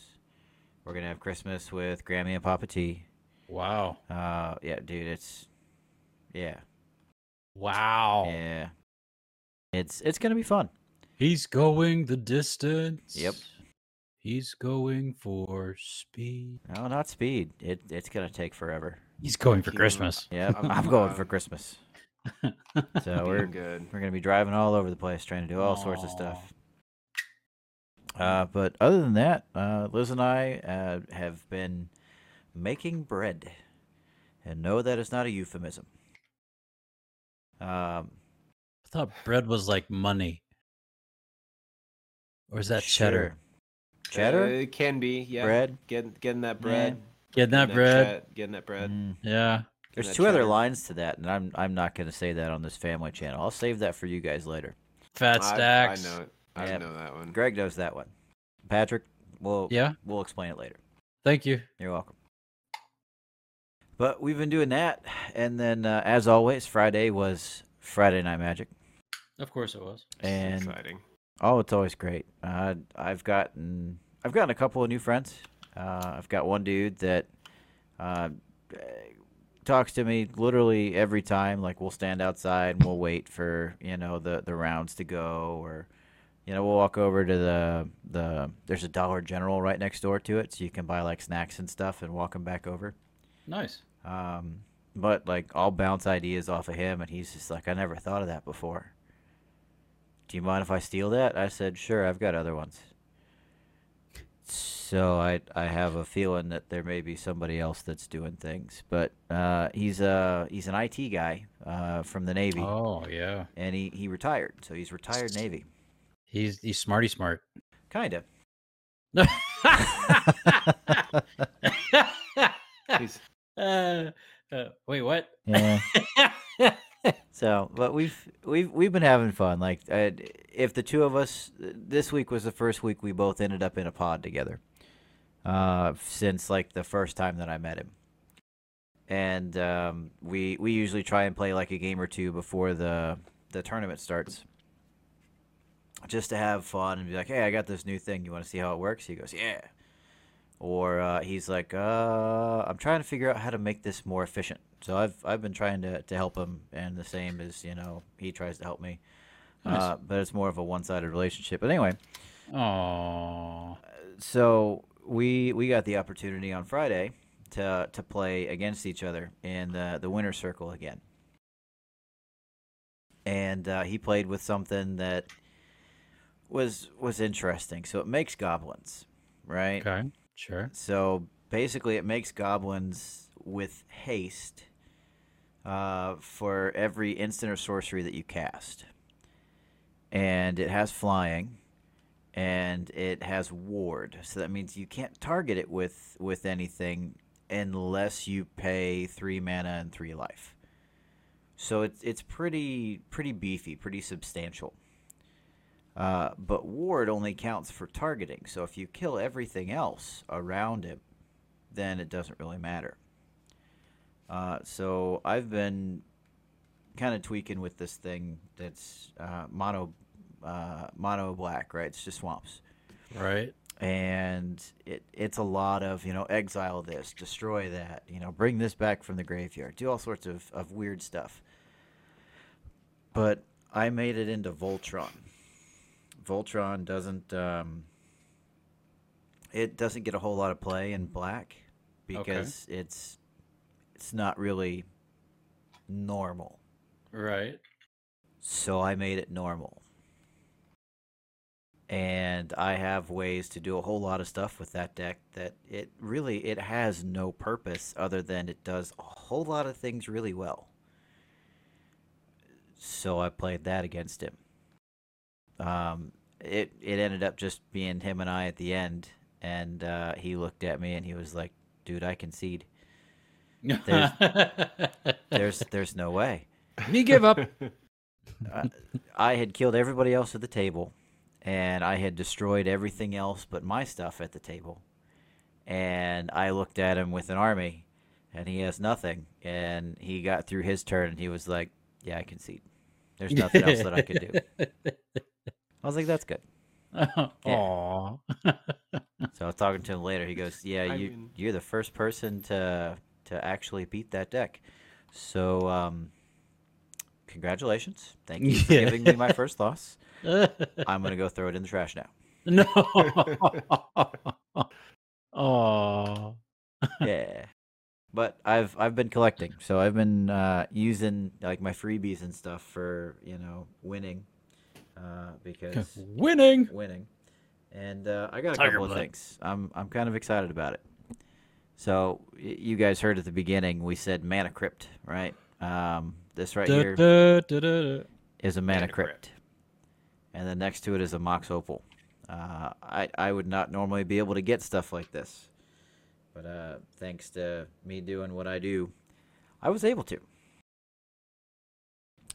[SPEAKER 3] We're gonna have Christmas with Grammy and Papa T.
[SPEAKER 2] Wow.
[SPEAKER 3] Uh, yeah, dude, it's yeah,
[SPEAKER 2] Wow.
[SPEAKER 3] yeah. It's it's gonna be fun.
[SPEAKER 2] He's going the distance.
[SPEAKER 3] Yep.
[SPEAKER 2] He's going for speed.
[SPEAKER 3] No, not speed. It it's gonna take forever.
[SPEAKER 2] He's going for
[SPEAKER 1] Cute.
[SPEAKER 2] Christmas.
[SPEAKER 3] Yeah,
[SPEAKER 1] I'm-
[SPEAKER 3] I'm going for
[SPEAKER 1] I'm-
[SPEAKER 3] Christmas.
[SPEAKER 1] i
[SPEAKER 3] So we're
[SPEAKER 1] good.
[SPEAKER 3] We're gonna be driving all over the place trying to do all sorts of
[SPEAKER 2] Aw.
[SPEAKER 3] stuff. Uh, but other than that, uh, Liz and I uh, have been making bread, and no, that is not a euphemism. Um,
[SPEAKER 2] I thought bread was like money. Or is that cheddar?
[SPEAKER 3] sure. cheddar,
[SPEAKER 1] Uh, it can be, yeah.
[SPEAKER 3] bread.
[SPEAKER 1] Getting getting that bread.
[SPEAKER 2] Getting that
[SPEAKER 1] getting
[SPEAKER 2] bread.
[SPEAKER 1] chet- getting that bread.
[SPEAKER 3] Mm.
[SPEAKER 2] Yeah.
[SPEAKER 1] getting
[SPEAKER 3] There's
[SPEAKER 1] that
[SPEAKER 3] two other
[SPEAKER 1] cheddar.
[SPEAKER 3] lines to that, and I'm I'm not gonna say that on this family channel. I'll save that for you guys later.
[SPEAKER 2] Fat
[SPEAKER 1] I-
[SPEAKER 2] stacks.
[SPEAKER 1] I know it. I
[SPEAKER 3] Yeah.
[SPEAKER 1] know that one.
[SPEAKER 3] Greg knows that one. Patrick, we'll
[SPEAKER 2] Yeah.
[SPEAKER 3] we'll explain it later.
[SPEAKER 2] Thank you.
[SPEAKER 3] You're welcome. But we've been doing that, and then uh, as always, Friday was Friday Night Magic,
[SPEAKER 2] Of course it was.
[SPEAKER 3] and
[SPEAKER 1] Exciting.
[SPEAKER 3] oh, it's always great. Uh, I've gotten I've gotten a couple of new friends. Uh, I've got one dude that uh, eh, talks to me literally every time. Like we'll stand outside and we'll wait for you know the the rounds to go, or you know we'll walk over to the the there's a Dollar General right next door to it, so you can buy like snacks and stuff and walk them back over.
[SPEAKER 2] Nice.
[SPEAKER 3] Um, but like I'll bounce ideas off of him, and he's just like, I never thought of that before. Do you mind if I steal that? I said, sure. I've got other ones. So I I have a feeling that there may be somebody else that's doing things, but uh, he's a he's an IT guy uh, from the Navy,
[SPEAKER 2] Oh yeah.
[SPEAKER 3] and he he retired, so he's retired Navy,
[SPEAKER 2] He's he's smarty smart.
[SPEAKER 3] kind of.
[SPEAKER 1] He's-
[SPEAKER 2] Uh, uh, wait, what?
[SPEAKER 3] So, but we've we've we've been having fun. Like, I, if the two of us this week was the first week we both ended up in a pod together uh, since like the first time that I met him. And um, we we usually try and play like a game or two before the the tournament starts, just to have fun and be like, hey, I got this new thing. You want to see how it works? He goes, yeah. Or uh, he's like, uh, I'm trying to figure out how to make this more efficient. So I've I've been trying to, to help him, and the same as you know he tries to help me,
[SPEAKER 2] Nice.
[SPEAKER 3] uh, but it's more of a one sided relationship. But anyway,
[SPEAKER 2] Oh,
[SPEAKER 3] so we we got the opportunity on Friday to to play against each other in the the winner circle again. And uh, he played with something that was was interesting. So it makes goblins, right?
[SPEAKER 2] okay, sure.
[SPEAKER 3] So basically, it makes goblins with haste uh, for every instant or sorcery that you cast. And it has flying, and it has ward. So that means you can't target it with with anything unless you pay three mana and three life. So it's it's pretty pretty beefy, pretty substantial. Uh, but ward only counts for targeting. So if you kill everything else around it, then it doesn't really matter. Uh, so I've been kind of tweaking with this thing that's uh, mono uh, mono black, right? It's just swamps,
[SPEAKER 2] Right.
[SPEAKER 3] and it it's a lot of you know exile this, destroy that, you know bring this back from the graveyard, do all sorts of of weird stuff. But I made it into Voltron. Voltron doesn't um, it doesn't get a whole lot of play in black
[SPEAKER 2] Okay.
[SPEAKER 3] because it's it's not really normal.
[SPEAKER 2] Right.
[SPEAKER 3] So I made it normal. And I have ways to do a whole lot of stuff with that deck that it really it has no purpose other than it does a whole lot of things really well. So I played that against him. Um, it it ended up just being him and I at the end, and uh, he looked at me and he was like, "Dude, I concede. There's there's no way."
[SPEAKER 2] Me give up.
[SPEAKER 3] I had killed everybody else at the table, and I had destroyed everything else but my stuff at the table. And I looked at him with an army, and he has nothing. And he got through his turn, and he was like, "Yeah, I concede. There's nothing else that I could do." I was like, "That's good."
[SPEAKER 2] Aw.
[SPEAKER 3] So I was talking to him later. He goes, "Yeah,
[SPEAKER 1] I
[SPEAKER 3] you
[SPEAKER 1] mean-
[SPEAKER 3] you're the first person to to actually beat that deck. So, um, congratulations. Thank you for
[SPEAKER 2] Yeah.
[SPEAKER 3] giving me my first loss. I'm gonna go throw it in the trash now."
[SPEAKER 2] no. Aw.
[SPEAKER 3] yeah. But I've I've been collecting, so I've been uh, using like my freebies and stuff for you know winning, uh, because
[SPEAKER 2] Winning.
[SPEAKER 3] winning, and uh, I got a
[SPEAKER 2] Tiger
[SPEAKER 3] couple
[SPEAKER 2] blood.
[SPEAKER 3] of things. I'm I'm kind of excited about it. So y- you guys heard at the beginning we said mana crypt, right? Um, this right
[SPEAKER 2] Da,
[SPEAKER 3] here
[SPEAKER 2] da, da, da, da.
[SPEAKER 3] is a mana
[SPEAKER 1] Mana
[SPEAKER 3] crypt.
[SPEAKER 1] Crypt.
[SPEAKER 3] And then next to it is a Mox Opal. Uh, I, I would not normally be able to get stuff like this. But uh, thanks to me doing what I do, I was able to.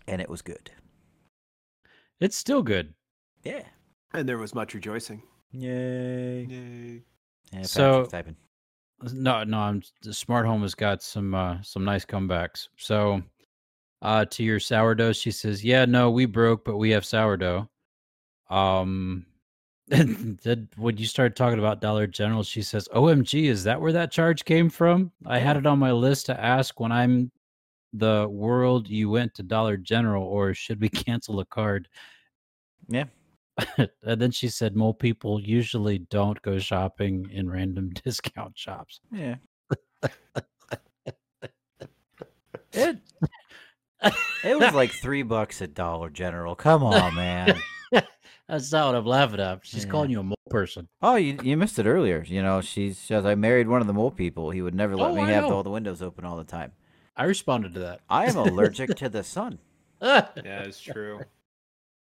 [SPEAKER 3] And it was good.
[SPEAKER 2] It's still good.
[SPEAKER 3] Yeah.
[SPEAKER 1] And there was much rejoicing.
[SPEAKER 3] Yay.
[SPEAKER 1] Yay.
[SPEAKER 3] And
[SPEAKER 2] So-
[SPEAKER 3] Patrick's typing.
[SPEAKER 2] No, no, I'm the smart home has got some uh some nice comebacks. So uh to your sourdough, she says, Yeah, no, we broke, but we have sourdough. Um then when you start talking about Dollar General, she says, OMG, is that where that charge came from? I had it on my list to ask when I'm the world you went to Dollar General, or should we cancel a card?
[SPEAKER 3] Yeah.
[SPEAKER 2] and then she said, More people usually don't go shopping in random discount shops.
[SPEAKER 3] Yeah. it, it was like three bucks a dollar general. Come on, man.
[SPEAKER 2] That's not what I'm laughing at. She's
[SPEAKER 3] Yeah.
[SPEAKER 2] calling you a mole person.
[SPEAKER 3] Oh, you, you missed it earlier. You know, she's she says, I married one of the mole people. He would never let
[SPEAKER 2] Oh,
[SPEAKER 3] me
[SPEAKER 2] I
[SPEAKER 3] have
[SPEAKER 2] know.
[SPEAKER 3] all the windows open all the time.
[SPEAKER 2] I responded to
[SPEAKER 3] I am allergic to the sun.
[SPEAKER 2] that.
[SPEAKER 1] Yeah, it's true.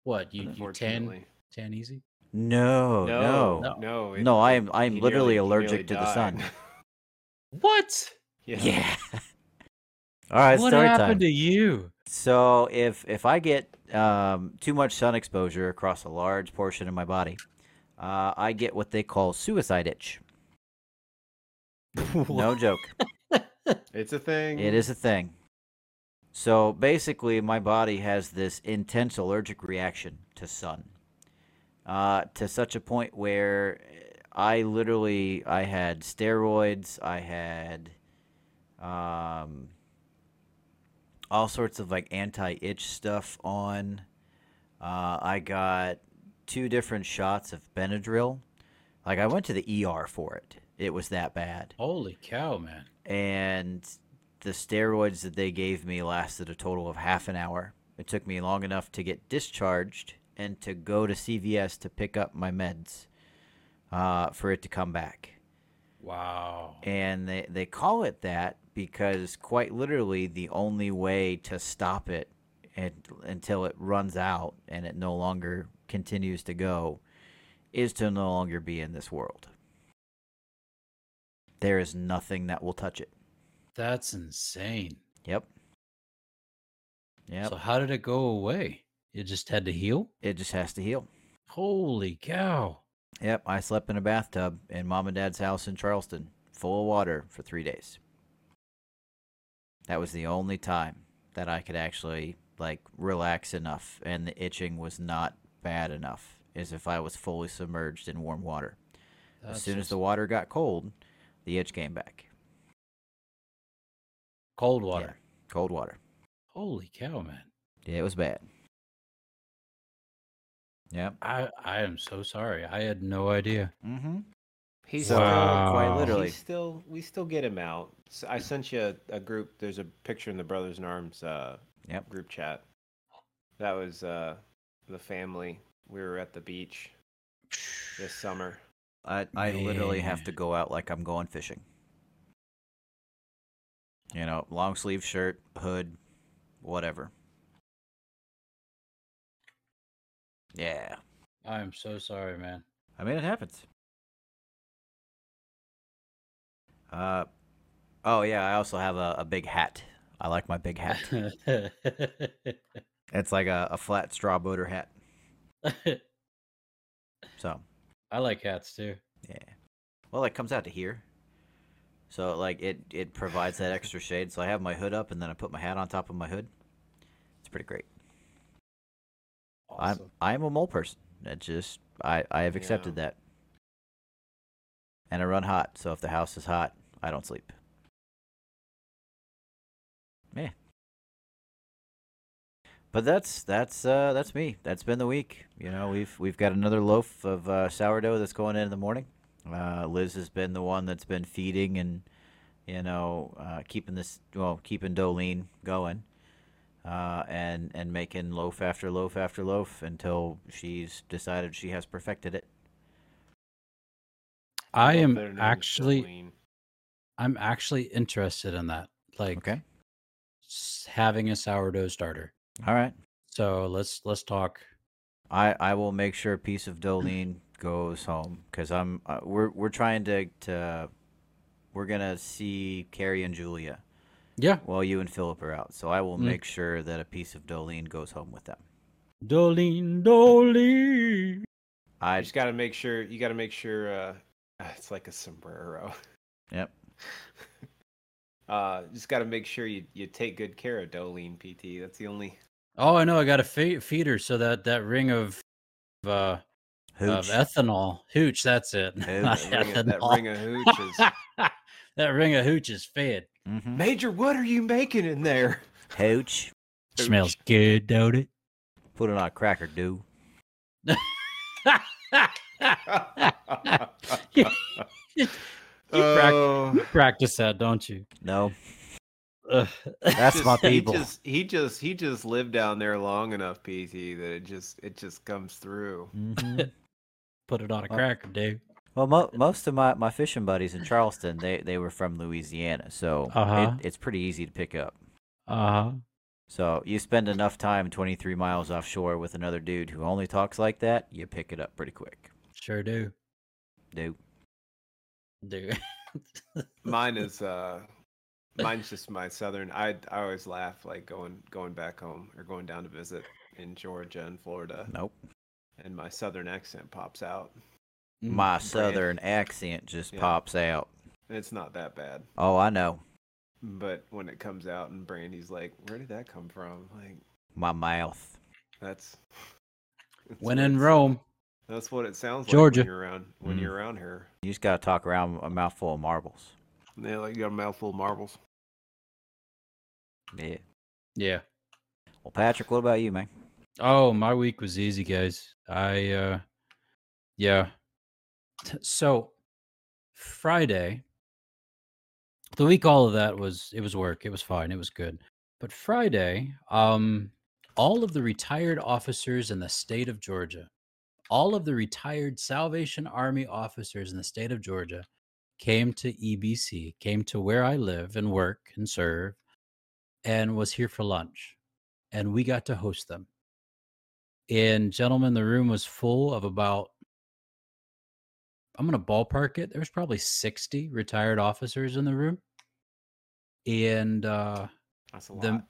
[SPEAKER 2] what you, you tan
[SPEAKER 1] unfortunately.
[SPEAKER 2] tan easy?
[SPEAKER 3] No, Oh, no.
[SPEAKER 1] no, no, it-
[SPEAKER 3] No, I am- I am
[SPEAKER 1] he
[SPEAKER 3] literally
[SPEAKER 1] he
[SPEAKER 3] allergic to the
[SPEAKER 1] died.
[SPEAKER 3] sun.
[SPEAKER 2] What?
[SPEAKER 1] yeah.
[SPEAKER 3] Yeah. all right,
[SPEAKER 2] what
[SPEAKER 3] story
[SPEAKER 2] happened
[SPEAKER 3] time.
[SPEAKER 2] to you?
[SPEAKER 3] So if if I get um, too much sun exposure across a large portion of my body, uh, I get what they call suicide itch. No joke.
[SPEAKER 1] It's a thing.
[SPEAKER 3] It is a thing. So basically, my body has this intense allergic reaction to sun, uh, to such a point where I literally I had steroids, I had um, all sorts of like anti-itch stuff on. Uh, I got two different shots of Benadryl. Like I went to the ER for it. It was that bad
[SPEAKER 2] Holy cow, man!
[SPEAKER 3] and the steroids that they gave me lasted a total of half an hour. It took me long enough to get discharged and to go to CVS to pick up my meds uh, for it to come back.
[SPEAKER 2] Wow.
[SPEAKER 3] And they, they call it that because quite literally the only way to stop it and, until it runs out and it no longer continues to go is to no longer be in this world. There is nothing that will touch it.
[SPEAKER 2] That's insane.
[SPEAKER 3] Yep. Yep.
[SPEAKER 2] So how did it go away? It just had to heal?
[SPEAKER 3] it just has to heal.
[SPEAKER 2] Holy cow.
[SPEAKER 3] Yep. I slept in a bathtub in mom and dad's house in Charleston, full of water for three days. That was the only time that I could actually like relax enough, and the itching was not bad enough. Is if I was fully submerged in warm water.
[SPEAKER 2] That's
[SPEAKER 3] as soon as
[SPEAKER 2] just-
[SPEAKER 3] the water got cold, the itch came back.
[SPEAKER 2] cold
[SPEAKER 3] Yeah,
[SPEAKER 2] water.
[SPEAKER 3] cold water.
[SPEAKER 2] Holy cow, man.
[SPEAKER 3] Yeah, it was bad. Yep.
[SPEAKER 2] I I am so sorry. I had no idea.
[SPEAKER 3] Mm-hmm.
[SPEAKER 1] He's
[SPEAKER 3] So,
[SPEAKER 2] Wow.
[SPEAKER 1] still
[SPEAKER 3] quite literally.
[SPEAKER 1] He's still we still get him out. S- I sent you a, a group. There's a picture in the Brothers in Arms uh,
[SPEAKER 3] Yep.
[SPEAKER 1] group chat. That was uh, the family. We were at the beach this summer.
[SPEAKER 3] I, I literally have
[SPEAKER 2] Man.
[SPEAKER 3] to go out like I'm going fishing. You know, long sleeve shirt, hood, whatever. Yeah.
[SPEAKER 2] I am so sorry, man.
[SPEAKER 3] I mean, it happens. Uh, oh, yeah, I also have a, a big hat. I like my big hat. it's like a, a flat straw boater hat. So,
[SPEAKER 2] I like hats too.
[SPEAKER 3] Yeah. Well, it comes out to here. So like it it provides that extra shade. So I have my hood up and then I put my hat on top of my hood. It's pretty great.
[SPEAKER 2] Awesome.
[SPEAKER 3] I'm I'm a mole person. That just I I have accepted that. And I run hot, so if the house is hot, I don't sleep. Yeah. But that's that's uh that's me. That's been the week. You know, we've we've got another loaf of uh, sourdough that's going in in the morning. Uh, Liz has been the one that's been feeding and you know uh, keeping this well keeping Dolene going uh, and and making loaf after loaf after loaf until she's decided she has perfected it.
[SPEAKER 2] I
[SPEAKER 1] Love
[SPEAKER 2] am
[SPEAKER 1] their names,
[SPEAKER 2] actually
[SPEAKER 1] Jolene.
[SPEAKER 2] I'm actually interested in that. Like s- having a sourdough starter.
[SPEAKER 3] All right.
[SPEAKER 2] So let's let's talk.
[SPEAKER 3] I, I will make sure a piece of Dolene goes home because I'm uh, we're we're trying to to we're gonna see Carrie and Julia
[SPEAKER 2] Yeah.
[SPEAKER 3] while you and Philip are out. So I will
[SPEAKER 2] Mm.
[SPEAKER 3] make sure that a piece of Dolene goes home with them.
[SPEAKER 2] Dolene, Dolene.
[SPEAKER 1] You
[SPEAKER 3] I
[SPEAKER 1] just got to make sure. You got to make sure. Uh, it's like a sombrero.
[SPEAKER 3] Yep.
[SPEAKER 1] Uh, just got to make sure you, you take good care of Dolene PT. That's the only.
[SPEAKER 2] Oh, I know. I got a fe- feeder, so that that ring of of, uh, of
[SPEAKER 3] hooch.
[SPEAKER 2] ethanol hooch. That's it.
[SPEAKER 3] Hooch.
[SPEAKER 2] Not
[SPEAKER 1] That ring of, that
[SPEAKER 2] ethanol.
[SPEAKER 1] ring of hooch is.
[SPEAKER 2] that ring of hooch is fed.
[SPEAKER 3] Mhm.
[SPEAKER 1] Major, what are you making in there?
[SPEAKER 3] Hooch.
[SPEAKER 1] Hooch.
[SPEAKER 2] Smells good, don't it?
[SPEAKER 3] Put it on a cracker, dude.
[SPEAKER 2] you, prac-
[SPEAKER 1] Oh.
[SPEAKER 2] you practice that, don't you?
[SPEAKER 3] No,
[SPEAKER 2] Ugh.
[SPEAKER 3] that's my
[SPEAKER 1] Just- he
[SPEAKER 3] people.
[SPEAKER 1] just- He just he just lived down there long enough, PT, that it just it just comes through.
[SPEAKER 3] Mhm.
[SPEAKER 2] Put it on a
[SPEAKER 1] Uh
[SPEAKER 3] Oh.
[SPEAKER 2] cracker, dude.
[SPEAKER 3] Well, mo- most of my, my fishing buddies in Charleston, they, they were from Louisiana, so
[SPEAKER 2] Uh-huh.
[SPEAKER 3] it, it's pretty easy to pick up.
[SPEAKER 2] Uh huh.
[SPEAKER 3] So you spend enough time 23 miles offshore with another dude who only talks like that, you pick it up pretty quick.
[SPEAKER 2] Sure do.
[SPEAKER 3] Dude,
[SPEAKER 2] Do.
[SPEAKER 1] Mine is uh Mine's just my southern. I I always laugh like going going back home or going down to visit in Georgia and Florida,
[SPEAKER 3] Nope.
[SPEAKER 1] and my southern accent pops out.
[SPEAKER 2] Mm.
[SPEAKER 3] My southern accent just
[SPEAKER 1] Yeah.
[SPEAKER 3] pops out.
[SPEAKER 1] And It's not that bad,
[SPEAKER 3] Oh, I know.
[SPEAKER 1] but when it comes out and Brandy's like, "Where did that come from?" Like
[SPEAKER 3] My mouth.
[SPEAKER 1] that's. that's
[SPEAKER 2] When
[SPEAKER 1] what
[SPEAKER 2] in
[SPEAKER 1] it's-
[SPEAKER 2] Rome,
[SPEAKER 1] That's what it sounds like
[SPEAKER 2] Georgia. Mm.
[SPEAKER 1] when you're around when
[SPEAKER 3] Mhm.
[SPEAKER 1] you're around her.
[SPEAKER 3] You just gotta talk around a mouthful of marbles.
[SPEAKER 1] Yeah, like you got a mouthful of marbles.
[SPEAKER 3] Yeah.
[SPEAKER 2] yeah.
[SPEAKER 3] Well, Patrick, what about you, man?
[SPEAKER 2] Oh, my week was easy, guys. I uh yeah. T- So Friday the week all of that was it was work. It was fine. It was good. But Friday, um all of the retired officers in the state of Georgia, all of the retired Salvation Army officers in the state of Georgia came to EBC, came to where I live and work and serve and was here for lunch. And we got to host them. And gentlemen, the room was full of about I'm gonna ballpark it. There was probably 60 retired officers in the room. And uh
[SPEAKER 1] That's a lot.
[SPEAKER 2] The-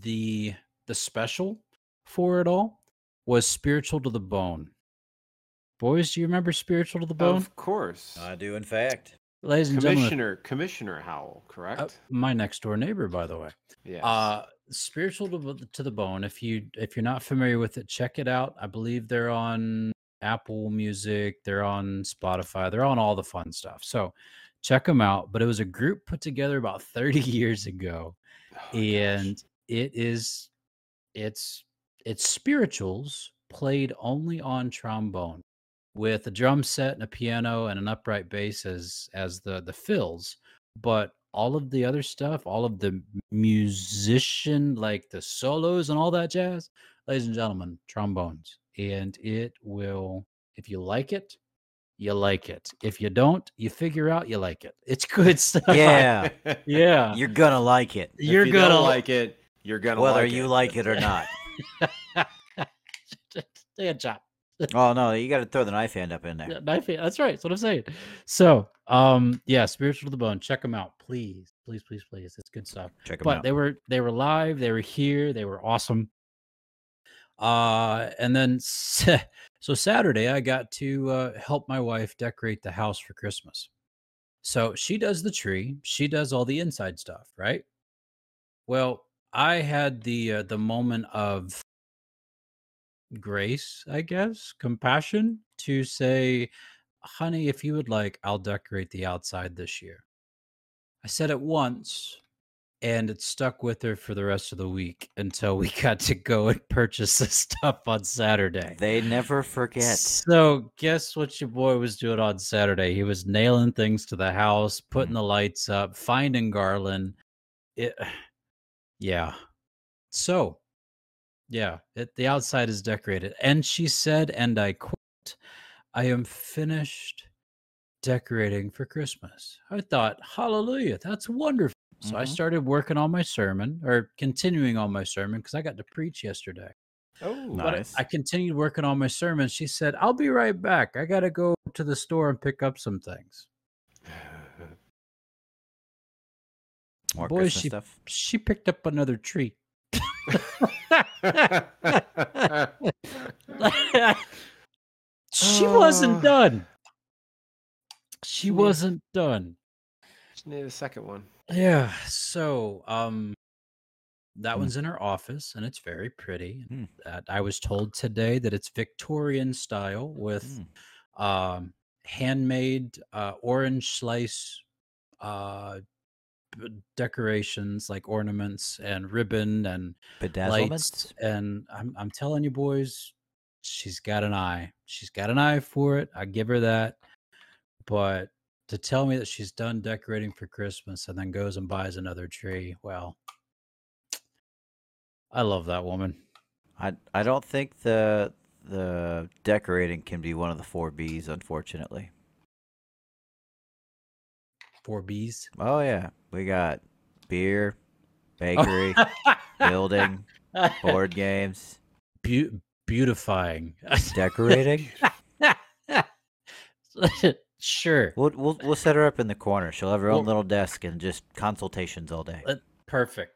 [SPEAKER 2] the the special for it all was spiritual to the bone. Boys, do you remember spiritual to the bone?
[SPEAKER 1] of course,
[SPEAKER 3] do, in fact.
[SPEAKER 2] Ladies and gentlemen,
[SPEAKER 1] Commissioner Commissioner Howell, correct?
[SPEAKER 2] uh, my next door neighbor, by the way.
[SPEAKER 1] yes.
[SPEAKER 2] Uh, spiritual to, the- to the bone. If you if you're not familiar with it, check it out. I believe they're on Apple Music, they're on Spotify, they're on all the fun stuff. So check them out. But it was a group put together about 30 years ago,
[SPEAKER 1] Oh, gosh.
[SPEAKER 2] and it is it's it's spirituals played only on trombone with a drum set and a piano and an upright bass as as the the fills but all of the other stuff all of the musician like the solos and all that jazz ladies and gentlemen trombones and it will if you like it you like it if you don't you figure out you like it it's good stuff
[SPEAKER 3] Yeah,
[SPEAKER 2] yeah
[SPEAKER 3] you're gonna like it,
[SPEAKER 1] If
[SPEAKER 2] you're
[SPEAKER 1] you
[SPEAKER 2] gonna
[SPEAKER 1] don't like it. You're gonna
[SPEAKER 3] whether
[SPEAKER 1] like
[SPEAKER 3] you
[SPEAKER 1] it.
[SPEAKER 3] like it or not.
[SPEAKER 2] Stay on top.
[SPEAKER 3] oh no, you gotta throw the knife hand up in
[SPEAKER 2] Yeah,
[SPEAKER 3] there.
[SPEAKER 2] knife hand. That's right. That's what I'm saying. So, um, yeah, spiritual to the bone. Check them out, please, please, please, please. It's good stuff.
[SPEAKER 3] Check 'em
[SPEAKER 2] but
[SPEAKER 3] out.
[SPEAKER 2] they were they were live. They were here. They were awesome. Uh, and then sa- so Saturday I got to uh, help my wife decorate the house for Christmas. So she does the tree. She does all the inside stuff, right? Well, I had the uh, the moment of grace, I guess, compassion to say, "Honey, if you would like, I'll decorate the outside this year." I said it once, and it stuck with her for the rest of the week until we got to go and purchase the stuff on Saturday.
[SPEAKER 3] They never forget.
[SPEAKER 2] So guess what your boy was doing on Saturday? He was nailing things to the house, putting
[SPEAKER 3] Mhm.
[SPEAKER 2] the lights up, finding Garland. It, yeah. So, yeah, it, the outside is decorated. And she said, and I quote, I am finished decorating for Christmas. I thought, hallelujah, that's wonderful. So I
[SPEAKER 3] Mhm.
[SPEAKER 2] started working on my sermon or continuing on my sermon because I got to preach yesterday.
[SPEAKER 1] Oh,
[SPEAKER 3] No.
[SPEAKER 2] But I-
[SPEAKER 3] Nice.
[SPEAKER 2] I continued working on my sermon. She said, I'll be right back. I got to go to the store and pick up some things.
[SPEAKER 3] More
[SPEAKER 2] Boy,
[SPEAKER 3] Christmas
[SPEAKER 2] she-
[SPEAKER 3] stuff.
[SPEAKER 2] She picked up another tree. she
[SPEAKER 1] Ah.
[SPEAKER 2] wasn't done. She
[SPEAKER 1] Yeah.
[SPEAKER 2] wasn't done.
[SPEAKER 1] Just need a second one.
[SPEAKER 2] Yeah. So, um, that one's in her office and it's very pretty.
[SPEAKER 3] Hmm.
[SPEAKER 2] That I was told today that it's Victorian style with
[SPEAKER 3] Mm.
[SPEAKER 2] um, handmade uh, orange slice uh, b- decorations like ornaments and ribbon and
[SPEAKER 3] Bedazzlement.
[SPEAKER 2] lights. And I'm, I'm telling you, boys, she's got an eye. She's got an eye for it. I give her that. But to tell me that she's done decorating for Christmas and then goes and buys another tree, well, I love that woman.
[SPEAKER 3] I I don't think the the decorating can be one of the four B's, unfortunately.
[SPEAKER 2] Four B's.
[SPEAKER 3] Oh yeah, we got beer, bakery, building, board games,
[SPEAKER 2] Beau- beautifying.
[SPEAKER 3] decorating.
[SPEAKER 2] Sure.
[SPEAKER 3] We'll, we'll we'll set her up in the corner. She'll have her own
[SPEAKER 2] Well-
[SPEAKER 3] little desk and just consultations all day.
[SPEAKER 2] Let- Perfect.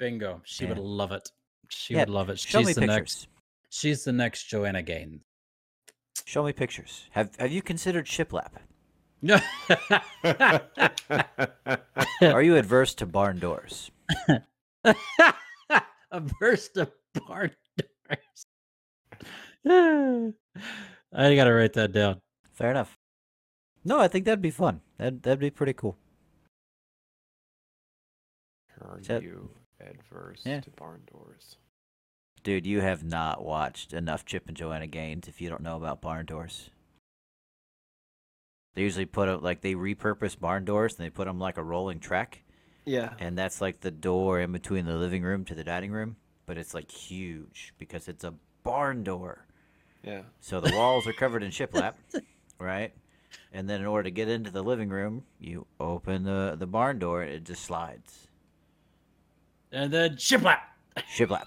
[SPEAKER 2] Bingo. She would
[SPEAKER 3] Yeah.
[SPEAKER 2] love it. She
[SPEAKER 3] Yeah,
[SPEAKER 2] would love it.
[SPEAKER 3] Show
[SPEAKER 2] She's
[SPEAKER 3] me
[SPEAKER 2] the
[SPEAKER 3] pictures.
[SPEAKER 2] next she's the next Joanna Gaines.
[SPEAKER 3] Show me pictures. Have Have you considered shiplap?
[SPEAKER 2] No.
[SPEAKER 3] Are you adverse to barn doors?
[SPEAKER 2] a burst of barn doors. I gotta write that down.
[SPEAKER 3] Fair enough. No, I think that'd be fun. That that'd be pretty cool.
[SPEAKER 1] Are
[SPEAKER 3] Is that-
[SPEAKER 1] you adverse
[SPEAKER 3] Yeah.
[SPEAKER 1] to barn doors?
[SPEAKER 3] Dude, you have not watched enough Chip and Joanna Gaines if you don't know about barn doors. They usually put up like they repurpose barn doors and they put them like a rolling track,
[SPEAKER 1] Yeah.
[SPEAKER 3] and that's like the door in between the living room to the dining room, but it's like huge because it's a barn door.
[SPEAKER 1] Yeah.
[SPEAKER 3] So the walls are covered in shiplap, right? And then in order to get into the living room, you open the the barn door and it just slides.
[SPEAKER 2] And then shiplap.
[SPEAKER 3] Shiplap.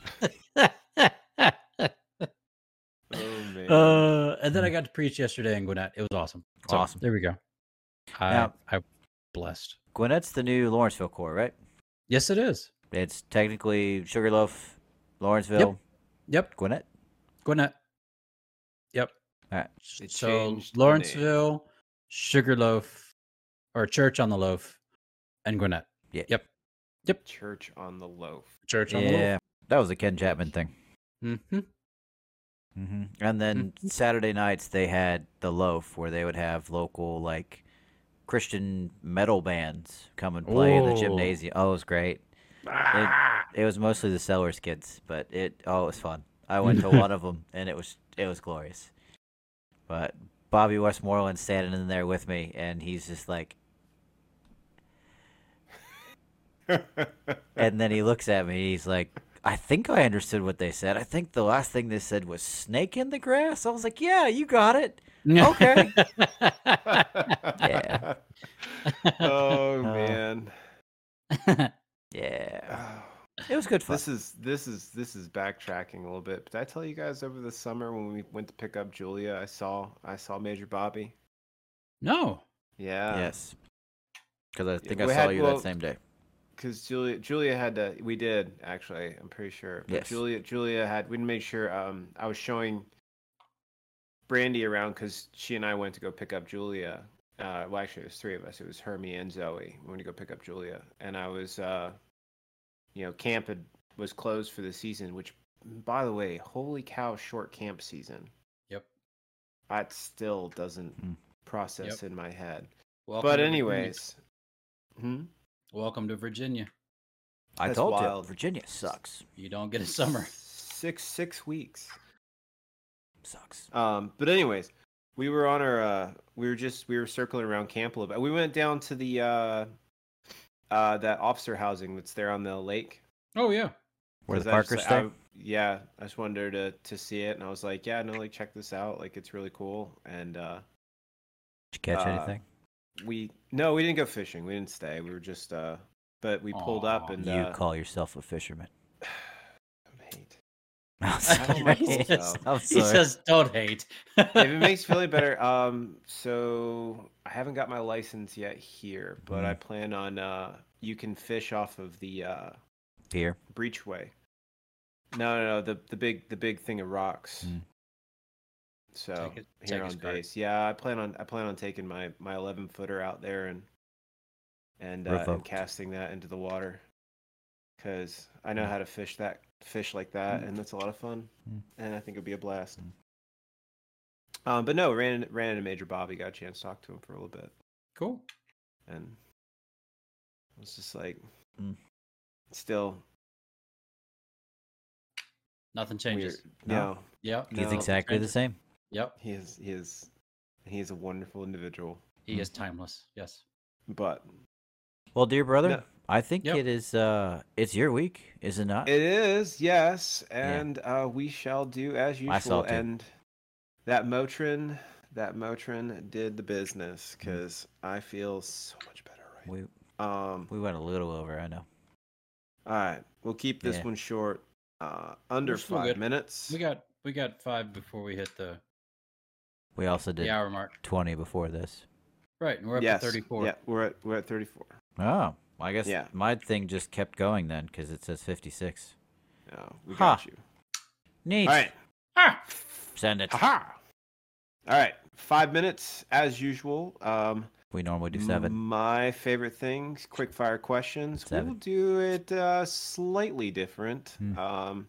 [SPEAKER 1] Oh man.
[SPEAKER 2] Uh, and then I got to preach yesterday in Gwinnett. It was awesome. So,
[SPEAKER 3] Mm-hmm. Awesome.
[SPEAKER 2] There we go. I,
[SPEAKER 3] Now-
[SPEAKER 2] I blessed.
[SPEAKER 3] Gwinnett's the new Lawrenceville core, right?
[SPEAKER 2] Yes, it is.
[SPEAKER 3] It's technically Sugarloaf, Lawrenceville,
[SPEAKER 2] Yep.
[SPEAKER 3] Gwinnett.
[SPEAKER 2] Gwinnett. Yep.
[SPEAKER 3] Alright.
[SPEAKER 2] S-
[SPEAKER 1] They
[SPEAKER 2] So
[SPEAKER 1] changed the name.
[SPEAKER 2] Lawrenceville, Sugarloaf, or Church on the Loaf, and Gwinnett.
[SPEAKER 1] Church on the loaf.
[SPEAKER 2] Church on
[SPEAKER 3] yeah, that was a Ken Chapman thing.
[SPEAKER 2] the Loaf. hmm
[SPEAKER 3] hmm And then
[SPEAKER 2] Mm-hmm.
[SPEAKER 3] Saturday nights they had the loaf, where they would have local like Christian metal bands come and play in the
[SPEAKER 2] Ooh. Ah.
[SPEAKER 3] gymnasium. Oh, it was great. It, it was mostly the Sellers kids, but it oh, it was fun. I went to one of them, and it was it was glorious. But Bobby Westmoreland standing in there with me, and he's just like, and then he looks at me. He's like, I think I understood what they said. I think the last thing they said was snake in the grass. I was like, yeah, you got it. Okay.
[SPEAKER 2] Mm-hmm.
[SPEAKER 3] Yeah.
[SPEAKER 1] oh
[SPEAKER 3] Uh,
[SPEAKER 1] man.
[SPEAKER 3] Yeah.
[SPEAKER 1] Oh.
[SPEAKER 3] It was good fun.
[SPEAKER 1] This is this is this is backtracking a little bit. Did I tell you guys over the summer when we went to pick up Julia? I saw I saw Major Bobby.
[SPEAKER 2] no.
[SPEAKER 1] Yeah.
[SPEAKER 3] yes. Because I think I
[SPEAKER 1] uh, we
[SPEAKER 3] saw
[SPEAKER 1] had-
[SPEAKER 3] you
[SPEAKER 1] well,
[SPEAKER 3] that same day.
[SPEAKER 1] Because Julia Julia had to. We did actually. I'm pretty sure. But
[SPEAKER 3] Yes.
[SPEAKER 1] Julia Julia had. We made sure. Um, I was showing Brandy around because she and I went to go pick up Julia. Uh, well, actually, it was three of us. It was her, me, and Zoe. We went to go pick up Julia, and I was, uh, you know, camp had, was closed for the season. Which, by the way, holy cow, short camp season.
[SPEAKER 2] Yep.
[SPEAKER 1] That still doesn't
[SPEAKER 3] Mm.
[SPEAKER 1] process in my head.
[SPEAKER 2] Welcome
[SPEAKER 1] but
[SPEAKER 2] to Virginia.
[SPEAKER 1] anyways, hmm?
[SPEAKER 2] welcome to Virginia.
[SPEAKER 3] I
[SPEAKER 1] That's
[SPEAKER 3] told
[SPEAKER 1] wild.
[SPEAKER 3] you, Virginia sucks.
[SPEAKER 2] You don't get a summer.
[SPEAKER 1] Six six weeks.
[SPEAKER 3] Sucks.
[SPEAKER 1] Um, but anyways, we were on our uh, we were just we were circling around camp a little bit. We went down to the uh, uh, that officer housing that's there on the lake.
[SPEAKER 2] Oh yeah.
[SPEAKER 3] Where the
[SPEAKER 1] 'Cause I was
[SPEAKER 3] Parker
[SPEAKER 1] just like,
[SPEAKER 3] stay?
[SPEAKER 1] I- yeah, I just wanted her to to see it, and I was like, yeah, no, like check this out, like it's really cool. And uh,
[SPEAKER 3] Did you catch
[SPEAKER 1] uh,
[SPEAKER 3] anything?
[SPEAKER 1] we no, we didn't go fishing. We didn't stay. We were just uh, but we pulled up
[SPEAKER 2] Aw,
[SPEAKER 1] and
[SPEAKER 3] you
[SPEAKER 1] uh,
[SPEAKER 3] call yourself a fisherman.
[SPEAKER 1] hate.
[SPEAKER 3] I'm
[SPEAKER 1] don't like
[SPEAKER 3] sorry.
[SPEAKER 1] myself.
[SPEAKER 3] I'm
[SPEAKER 2] He
[SPEAKER 3] sorry.
[SPEAKER 2] says, "Don't hate."
[SPEAKER 1] if it makes you feel any better, um, so I haven't got my license yet here, but I plan on uh, you can fish off of the uh,
[SPEAKER 3] Here.
[SPEAKER 1] breachway. No, no, no, the the big the big thing of rocks.
[SPEAKER 3] Mm.
[SPEAKER 1] So
[SPEAKER 2] Take it- take
[SPEAKER 1] here
[SPEAKER 2] his
[SPEAKER 1] on
[SPEAKER 2] card.
[SPEAKER 1] base, yeah, I plan on I plan on taking my my eleven footer out there and and, uh, and
[SPEAKER 3] Revoked.
[SPEAKER 1] casting that into the water because I know how to fish that fish like that,
[SPEAKER 3] Mm.
[SPEAKER 1] and that's a lot of fun,
[SPEAKER 3] Mm.
[SPEAKER 1] and I think it'd be a blast. Um, but no, ran in- ran into Major Bobby, got a chance to talk to him for a little bit,
[SPEAKER 2] cool.
[SPEAKER 1] and I was just like,
[SPEAKER 3] Mm.
[SPEAKER 1] still
[SPEAKER 2] Nothing changes.
[SPEAKER 1] weird.
[SPEAKER 3] No.
[SPEAKER 1] no,
[SPEAKER 2] Yep.
[SPEAKER 3] He's
[SPEAKER 1] No.
[SPEAKER 3] exactly the same.
[SPEAKER 2] Yep.
[SPEAKER 1] He is he is he is a wonderful individual.
[SPEAKER 2] He is timeless. Yes.
[SPEAKER 1] But
[SPEAKER 3] Well, dear brother,
[SPEAKER 1] No.
[SPEAKER 3] I think
[SPEAKER 2] Yep.
[SPEAKER 3] it is. Uh, it's your week, is it not?
[SPEAKER 1] it is, yes,
[SPEAKER 3] Ah. Yeah.
[SPEAKER 1] and uh, we shall do as usual.
[SPEAKER 3] I saw too.
[SPEAKER 1] And that Motrin that Motrin did the business because I feel so much better right
[SPEAKER 3] Mm. we
[SPEAKER 1] now. Um
[SPEAKER 3] we went a little over. I know.
[SPEAKER 1] all right. We'll keep this
[SPEAKER 3] Yeah.
[SPEAKER 1] one short. Uh under
[SPEAKER 2] We're still
[SPEAKER 1] five
[SPEAKER 2] good.
[SPEAKER 1] minutes.
[SPEAKER 2] We got we got five before we hit the
[SPEAKER 3] We also did
[SPEAKER 2] the hour mark.
[SPEAKER 3] 20 before this.
[SPEAKER 2] Right, and we're up
[SPEAKER 1] yes.
[SPEAKER 2] to 34.
[SPEAKER 1] Yeah, we're at we're at 34.
[SPEAKER 3] Oh, I guess
[SPEAKER 1] Yeah.
[SPEAKER 3] my thing just kept going then because it says 56.
[SPEAKER 1] Oh, we
[SPEAKER 3] Huh.
[SPEAKER 1] got you.
[SPEAKER 3] Neat.
[SPEAKER 1] All right.
[SPEAKER 2] Ah!
[SPEAKER 3] Send it.
[SPEAKER 1] Aha. All right. Five minutes as usual. Um,
[SPEAKER 3] We normally do
[SPEAKER 1] Mm.
[SPEAKER 3] seven.
[SPEAKER 1] My favorite things, quick fire questions.
[SPEAKER 3] Seven.
[SPEAKER 1] We'll do it uh, slightly different.
[SPEAKER 3] Hmm.
[SPEAKER 1] Um,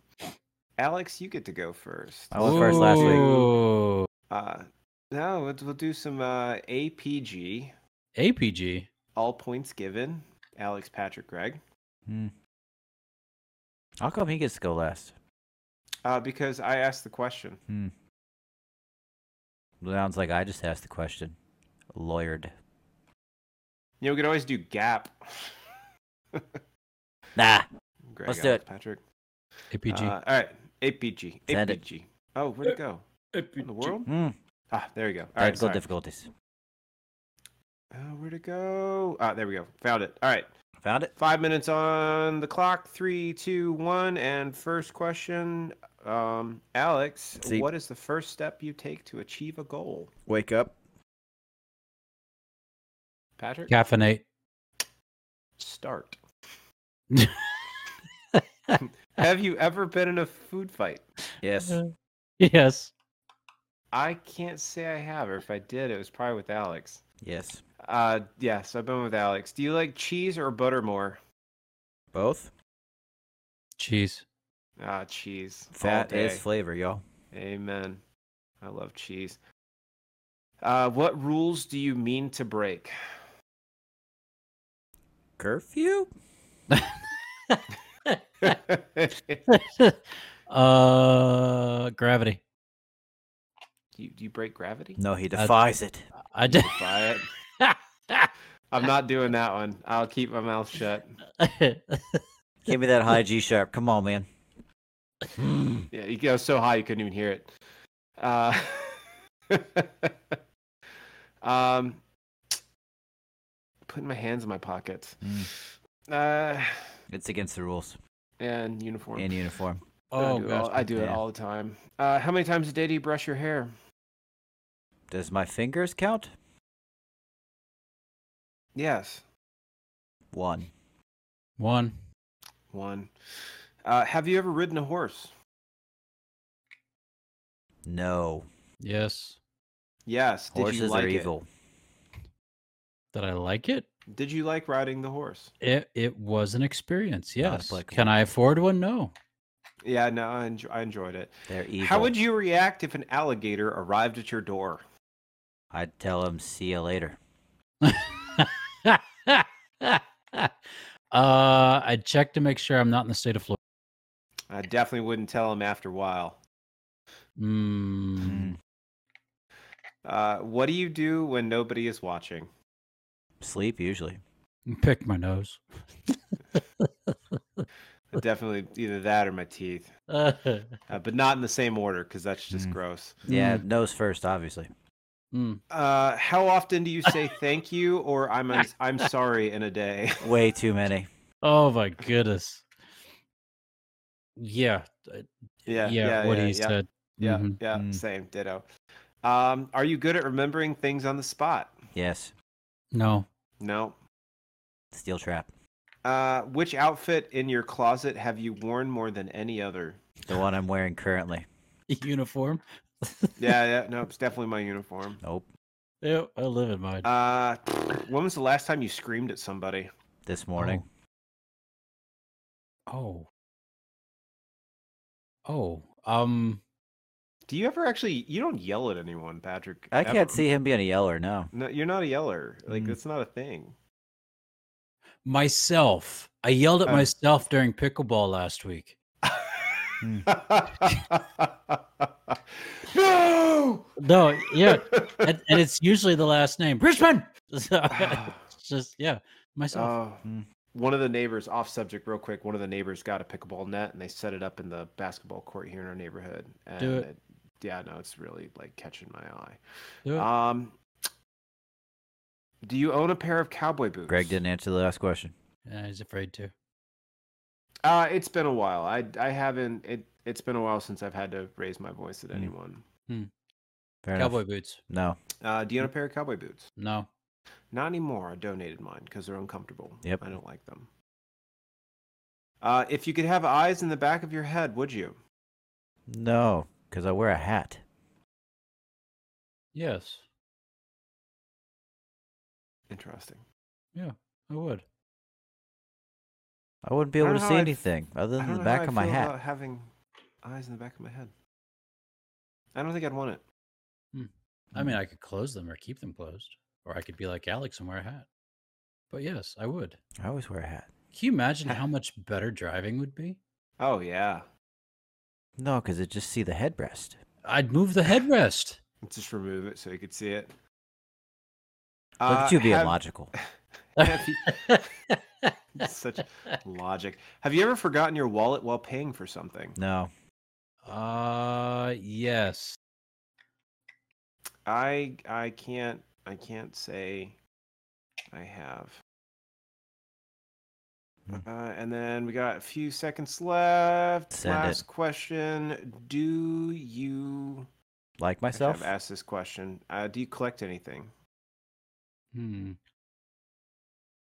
[SPEAKER 1] Alex, you get to go first.
[SPEAKER 3] I went first last week.
[SPEAKER 2] Ooh.
[SPEAKER 1] Uh, no, we'll, we'll do some uh, APG,
[SPEAKER 2] APG.
[SPEAKER 1] all points given. Alex, Patrick, Greg,
[SPEAKER 3] Hmm. How come he gets to go last? Hmm.
[SPEAKER 1] uh, because I asked the question.
[SPEAKER 3] Sounds like I just asked the question. Lawyered.
[SPEAKER 1] You know, we could always do gap.
[SPEAKER 3] Nah.
[SPEAKER 1] Greg,
[SPEAKER 3] Let's do
[SPEAKER 1] Alex,
[SPEAKER 3] it.
[SPEAKER 1] Patrick.
[SPEAKER 2] APG.
[SPEAKER 1] Uh, all right, APG,
[SPEAKER 3] Send it.
[SPEAKER 1] APG. Oh, where'd it go? In the world?
[SPEAKER 3] Hmm.
[SPEAKER 1] Ah, there we go. All right,
[SPEAKER 3] Technical
[SPEAKER 1] sorry.
[SPEAKER 3] difficulties.
[SPEAKER 1] Uh, where'd it go? Ah, there we go. Found it. All right.
[SPEAKER 3] Found it?
[SPEAKER 1] Five minutes on the clock. Three, two, one. And first question, um, Alex,
[SPEAKER 3] See.
[SPEAKER 1] what is the first step you take to achieve a goal?
[SPEAKER 3] Wake up.
[SPEAKER 1] Patrick,
[SPEAKER 2] Caffeinate.
[SPEAKER 1] start. Have you ever been in a food fight?
[SPEAKER 3] Yes.
[SPEAKER 2] Uh-huh. Yes.
[SPEAKER 1] I can't say I have, or if I did, it was probably with Alex.
[SPEAKER 3] Yes.
[SPEAKER 1] Uh, yes, I've been with Alex. Do you like cheese or butter more?
[SPEAKER 3] Both?
[SPEAKER 2] Cheese.
[SPEAKER 1] Ah, cheese. all
[SPEAKER 3] Fat is
[SPEAKER 1] day.
[SPEAKER 3] flavor, y'all.
[SPEAKER 1] Amen. I love cheese. Uh, what rules do you mean to break? you,
[SPEAKER 3] Curfew?
[SPEAKER 2] uh, gravity.
[SPEAKER 1] do you break gravity?
[SPEAKER 3] No, he
[SPEAKER 2] That's-
[SPEAKER 3] defies it.
[SPEAKER 2] I did.
[SPEAKER 1] Buy it. I'm not doing that one. I'll keep my mouth shut.
[SPEAKER 3] Give me that high G sharp. Come on, man.
[SPEAKER 2] Hmm.
[SPEAKER 1] Yeah, you go so high you couldn't even hear it. Uh, um, putting my hands in my pockets.
[SPEAKER 2] Mm.
[SPEAKER 1] Uh,
[SPEAKER 3] It's against the rules.
[SPEAKER 1] and uniform.
[SPEAKER 3] In uniform.
[SPEAKER 1] I
[SPEAKER 2] oh,
[SPEAKER 1] do,
[SPEAKER 2] gosh.
[SPEAKER 1] all, I do it
[SPEAKER 3] Yeah.
[SPEAKER 1] all the time. Uh, how many times a day do you brush your hair?
[SPEAKER 3] Does my fingers count?
[SPEAKER 1] Yes,
[SPEAKER 3] One.
[SPEAKER 2] One.
[SPEAKER 1] one. Uh, have you ever ridden a horse?
[SPEAKER 3] No.
[SPEAKER 2] Yes.
[SPEAKER 1] Yes. Did you
[SPEAKER 3] Horses
[SPEAKER 1] like
[SPEAKER 3] are
[SPEAKER 1] it?
[SPEAKER 3] evil.
[SPEAKER 2] Did I like it?
[SPEAKER 1] Did you like riding the horse?
[SPEAKER 2] It it was an experience. Yes.
[SPEAKER 3] applicable.
[SPEAKER 2] Can I afford one? No.
[SPEAKER 1] Yeah, no, I, enjo- I enjoyed it.
[SPEAKER 3] They're evil.
[SPEAKER 1] How would you react if an alligator arrived at your door?
[SPEAKER 3] I'd tell him, see you later.
[SPEAKER 2] uh, I checked to make sure I'm not in the state of Florida.
[SPEAKER 1] I definitely wouldn't tell him after a while.
[SPEAKER 2] Mm,
[SPEAKER 1] Uh, what do you do when nobody is watching?
[SPEAKER 3] Sleep, usually.
[SPEAKER 1] Hmm.
[SPEAKER 2] pick my nose.
[SPEAKER 1] definitely either that or my teeth,
[SPEAKER 2] Oh,
[SPEAKER 1] uh, but not in the same order because that's just
[SPEAKER 3] Mm.
[SPEAKER 1] gross.
[SPEAKER 3] Yeah,
[SPEAKER 2] Mm,
[SPEAKER 3] nose first, obviously.
[SPEAKER 2] mm.
[SPEAKER 1] Uh, how often do you say thank you or I'm I'm, I'm sorry in a day?
[SPEAKER 3] Way too many.
[SPEAKER 2] Oh my goodness. Yeah. uh,
[SPEAKER 1] yeah,
[SPEAKER 2] Yeah. what
[SPEAKER 1] yeah,
[SPEAKER 2] he
[SPEAKER 1] yeah,
[SPEAKER 2] said.
[SPEAKER 1] Yeah,
[SPEAKER 2] Mhm.
[SPEAKER 1] yeah,
[SPEAKER 3] Mm.
[SPEAKER 1] same, ditto. Um, are you good at remembering things on the spot?
[SPEAKER 3] Yes.
[SPEAKER 2] No.
[SPEAKER 1] No.
[SPEAKER 3] Steel trap.
[SPEAKER 1] Uh, which outfit in your closet have you worn more than any other?
[SPEAKER 3] The one I'm wearing currently.
[SPEAKER 2] Uniform.
[SPEAKER 1] Yeah, yeah, no, it's definitely my uniform.
[SPEAKER 3] Nope.
[SPEAKER 2] Ew, I live in mine.
[SPEAKER 1] Uh, when was the last time you screamed at somebody?
[SPEAKER 3] This morning.
[SPEAKER 2] Oh. Oh. Um.
[SPEAKER 1] Do you ever actually? You don't yell at anyone, Patrick.
[SPEAKER 3] I can't
[SPEAKER 1] ever.
[SPEAKER 3] see him being a yeller, no.
[SPEAKER 1] No, you're not a yeller. Like
[SPEAKER 3] Mm.
[SPEAKER 1] that's not a thing.
[SPEAKER 2] Myself. I yelled at
[SPEAKER 1] Oh.
[SPEAKER 2] myself during pickleball last week.
[SPEAKER 1] no.
[SPEAKER 2] No. Yeah. and, and it's usually the last name, Richmond. So, it's just yeah, myself.
[SPEAKER 1] Oh.
[SPEAKER 3] Mm.
[SPEAKER 1] One of the neighbors, off subject, real quick. One of the neighbors got a pickleball net, and they set it up in the basketball court here in our neighborhood. And
[SPEAKER 2] Do it.
[SPEAKER 1] yeah, no, it's really like catching my
[SPEAKER 2] Do it.
[SPEAKER 1] eye. Um, do you own a pair of cowboy boots?
[SPEAKER 3] Greg didn't answer the last question.
[SPEAKER 2] Yeah, he's afraid to.
[SPEAKER 1] Uh, it's been a while. I I haven't. It it's been a while since I've had to raise my voice at
[SPEAKER 3] Mm.
[SPEAKER 1] anyone.
[SPEAKER 2] Mm.
[SPEAKER 3] Fair enough.
[SPEAKER 2] Cowboy boots.
[SPEAKER 3] No.
[SPEAKER 1] Uh, do you own a pair of cowboy boots?
[SPEAKER 2] No.
[SPEAKER 1] Not anymore. I donated mine because they're uncomfortable.
[SPEAKER 3] Yep.
[SPEAKER 1] I don't like them. Uh, if you could have eyes in the back of your head, would you?
[SPEAKER 3] No, because I wear a hat.
[SPEAKER 2] Yes,
[SPEAKER 1] Interesting.
[SPEAKER 2] I would.
[SPEAKER 3] I wouldn't be
[SPEAKER 1] I
[SPEAKER 3] able
[SPEAKER 1] don't
[SPEAKER 3] to
[SPEAKER 1] know
[SPEAKER 3] see
[SPEAKER 1] how I f-
[SPEAKER 3] anything other
[SPEAKER 1] I
[SPEAKER 3] than
[SPEAKER 1] don't
[SPEAKER 3] the
[SPEAKER 1] know how
[SPEAKER 3] back
[SPEAKER 1] I
[SPEAKER 3] of my
[SPEAKER 1] feel
[SPEAKER 3] hat.
[SPEAKER 1] about having eyes in the back of my head. I don't think I'd want it.
[SPEAKER 2] I mean, I could close them or keep them closed, or I could be like Alex and wear a hat. But yes, I would.
[SPEAKER 3] I always wear a hat.
[SPEAKER 2] Can you imagine how much better driving would be?
[SPEAKER 1] Oh yeah,
[SPEAKER 3] No, because it just see the headrest.
[SPEAKER 2] I'd move the headrest.
[SPEAKER 1] just remove it so you could see it.
[SPEAKER 3] Look
[SPEAKER 1] Uh,
[SPEAKER 3] at you being
[SPEAKER 1] have-
[SPEAKER 3] logical.
[SPEAKER 1] have you- such logic. Have you ever forgotten your wallet while paying for something?
[SPEAKER 3] No.
[SPEAKER 2] Uh, yes.
[SPEAKER 1] I I can't I can't say I have.
[SPEAKER 3] Hmm.
[SPEAKER 1] Uh, and then we got a few seconds left.
[SPEAKER 3] Send it.
[SPEAKER 1] Last question: Do you?
[SPEAKER 3] Like
[SPEAKER 1] Actually,
[SPEAKER 3] myself?
[SPEAKER 1] I've asked this question. Uh, do you collect anything?
[SPEAKER 2] Hmm.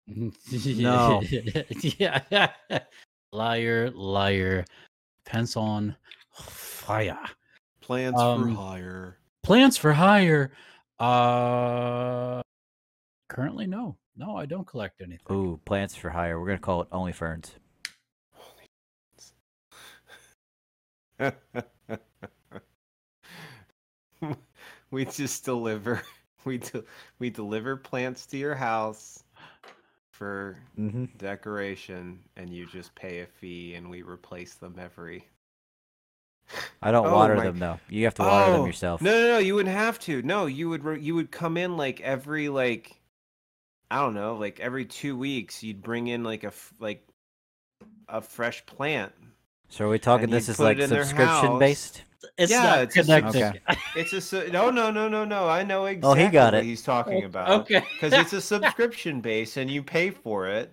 [SPEAKER 3] No.
[SPEAKER 2] yeah. liar, liar. Pants on fire.
[SPEAKER 1] Plans
[SPEAKER 2] Um,
[SPEAKER 1] for hire.
[SPEAKER 2] Plants for hire. Uh, currently, no. No, I don't collect anything.
[SPEAKER 3] Ooh, plants for hire. We're gonna call it only ferns.
[SPEAKER 1] we just deliver. We do. we deliver plants to your house for
[SPEAKER 3] Mm-hmm.
[SPEAKER 1] decoration, and you just pay a fee, and we replace them every.
[SPEAKER 3] I don't
[SPEAKER 1] Oh
[SPEAKER 3] water
[SPEAKER 1] my-
[SPEAKER 3] them though. You have to water
[SPEAKER 1] Oh,
[SPEAKER 3] them yourself.
[SPEAKER 1] No, no, no. You wouldn't have to. No, you would. re- You would come in like every like, I don't know, like every two weeks. You'd bring in like a f- like a fresh plant.
[SPEAKER 3] So are we talking?
[SPEAKER 1] And
[SPEAKER 3] This
[SPEAKER 1] you'd
[SPEAKER 3] is
[SPEAKER 1] put
[SPEAKER 3] like
[SPEAKER 1] it in their
[SPEAKER 3] subscription
[SPEAKER 1] house.
[SPEAKER 3] based.
[SPEAKER 2] It's
[SPEAKER 1] Yeah,
[SPEAKER 2] not
[SPEAKER 1] it's just-
[SPEAKER 2] connected.
[SPEAKER 3] Okay.
[SPEAKER 1] It's a su- no, no, no, no, no. I know exactly
[SPEAKER 3] Oh, he got
[SPEAKER 1] what
[SPEAKER 3] it.
[SPEAKER 1] he's talking about.
[SPEAKER 2] Okay.
[SPEAKER 1] because it's a subscription base and you pay for it.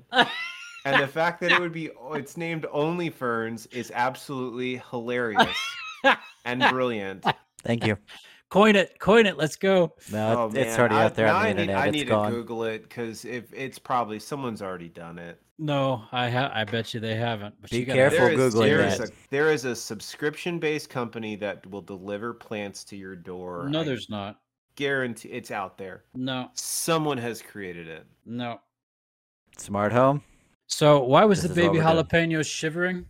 [SPEAKER 1] And the fact that it would be oh, it's named Only Ferns is absolutely hilarious and brilliant.
[SPEAKER 3] Uh, Thank you.
[SPEAKER 2] coin it. Coin it. Let's go.
[SPEAKER 3] No,
[SPEAKER 1] Oh,
[SPEAKER 3] it- it's
[SPEAKER 1] man,
[SPEAKER 3] already
[SPEAKER 1] I-
[SPEAKER 3] out there
[SPEAKER 1] now
[SPEAKER 3] on the
[SPEAKER 1] I need-
[SPEAKER 3] internet.
[SPEAKER 1] I
[SPEAKER 3] It's
[SPEAKER 1] need to
[SPEAKER 3] gone.
[SPEAKER 1] Google it because if it's probably someone's already done it.
[SPEAKER 2] No, I ha- I bet you they haven't. But
[SPEAKER 3] Be
[SPEAKER 2] you gotta-
[SPEAKER 3] careful
[SPEAKER 1] There is-
[SPEAKER 3] Googling
[SPEAKER 1] there is
[SPEAKER 3] that.
[SPEAKER 1] a there is a subscription based company that will deliver plants to your door.
[SPEAKER 2] No,
[SPEAKER 1] I
[SPEAKER 2] there's not.
[SPEAKER 1] guarantee it's out there.
[SPEAKER 2] No,
[SPEAKER 1] Someone has created it.
[SPEAKER 2] no.
[SPEAKER 3] Smart home.
[SPEAKER 2] So why was
[SPEAKER 3] This
[SPEAKER 2] the
[SPEAKER 3] is all
[SPEAKER 2] baby
[SPEAKER 3] we're
[SPEAKER 2] jalapeno shivering?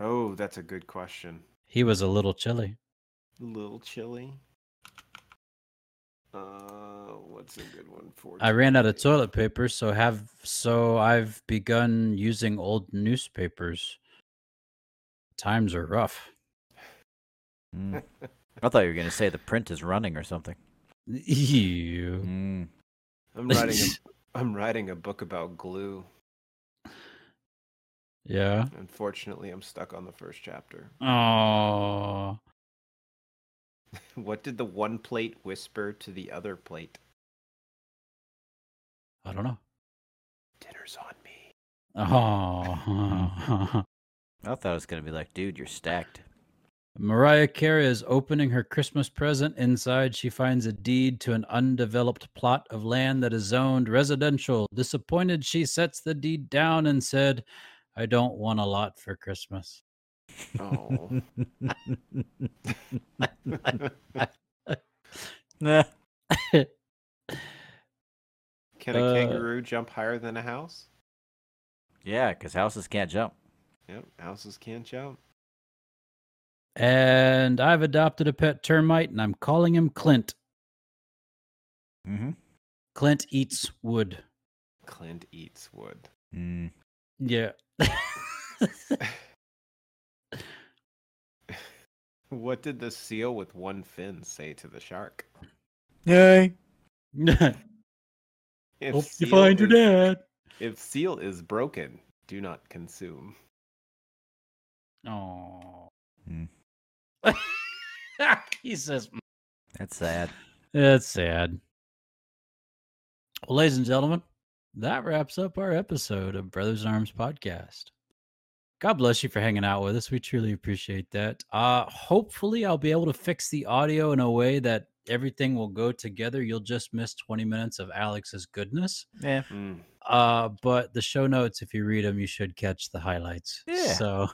[SPEAKER 1] Oh, that's a good question.
[SPEAKER 2] he was a little chilly.
[SPEAKER 1] A little chilly. Uh, what's a good one for?
[SPEAKER 2] I ran out of
[SPEAKER 1] today?
[SPEAKER 2] toilet paper, so have so I've begun using old newspapers. Times are rough.
[SPEAKER 3] Mm. I thought you were gonna say the print is running or something.
[SPEAKER 2] Ew.
[SPEAKER 3] Mm.
[SPEAKER 1] I'm writing. A, I'm writing a book about glue.
[SPEAKER 2] Yeah.
[SPEAKER 1] Unfortunately, I'm stuck on the first chapter.
[SPEAKER 2] Oh.
[SPEAKER 1] What did the one plate whisper to the other plate?
[SPEAKER 2] I don't know.
[SPEAKER 1] Dinner's on me.
[SPEAKER 2] Oh.
[SPEAKER 3] I thought it was gonna be like, dude, you're stacked.
[SPEAKER 2] Mariah Carey is opening her Christmas present. Inside, she finds a deed to an undeveloped plot of land that is zoned residential. Disappointed, she sets the deed down and said, I don't want a lot for Christmas.
[SPEAKER 1] Oh,
[SPEAKER 3] Nah.
[SPEAKER 1] can a
[SPEAKER 2] Uh,
[SPEAKER 1] kangaroo jump higher than a house?
[SPEAKER 3] Yeah, because houses can't jump.
[SPEAKER 1] Yep, houses can't jump.
[SPEAKER 2] And I've adopted a pet termite and I'm calling him Clint.
[SPEAKER 3] Mm-hmm.
[SPEAKER 2] Clint eats wood.
[SPEAKER 1] Clint eats wood.
[SPEAKER 3] Mm.
[SPEAKER 2] Yeah.
[SPEAKER 1] What did the seal with one fin say to the shark?
[SPEAKER 3] Yay.
[SPEAKER 1] If
[SPEAKER 2] Hope you
[SPEAKER 1] seal
[SPEAKER 2] find your
[SPEAKER 1] is-
[SPEAKER 2] dad.
[SPEAKER 1] If seal is broken, do not consume.
[SPEAKER 2] Oh.
[SPEAKER 3] Mm.
[SPEAKER 2] he says,
[SPEAKER 3] That's sad.
[SPEAKER 2] That's sad. Well, ladies and gentlemen, that wraps up our episode of Brothers in Arms podcast. God bless you for hanging out with us. We truly appreciate that. Uh, hopefully, I'll be able to fix the audio in a way that everything will go together. You'll just miss 20 minutes of Alex's goodness.
[SPEAKER 3] Yeah.
[SPEAKER 1] Mm.
[SPEAKER 2] Uh, but the show notes, if you read them, you should catch the highlights.
[SPEAKER 3] Yeah.
[SPEAKER 2] So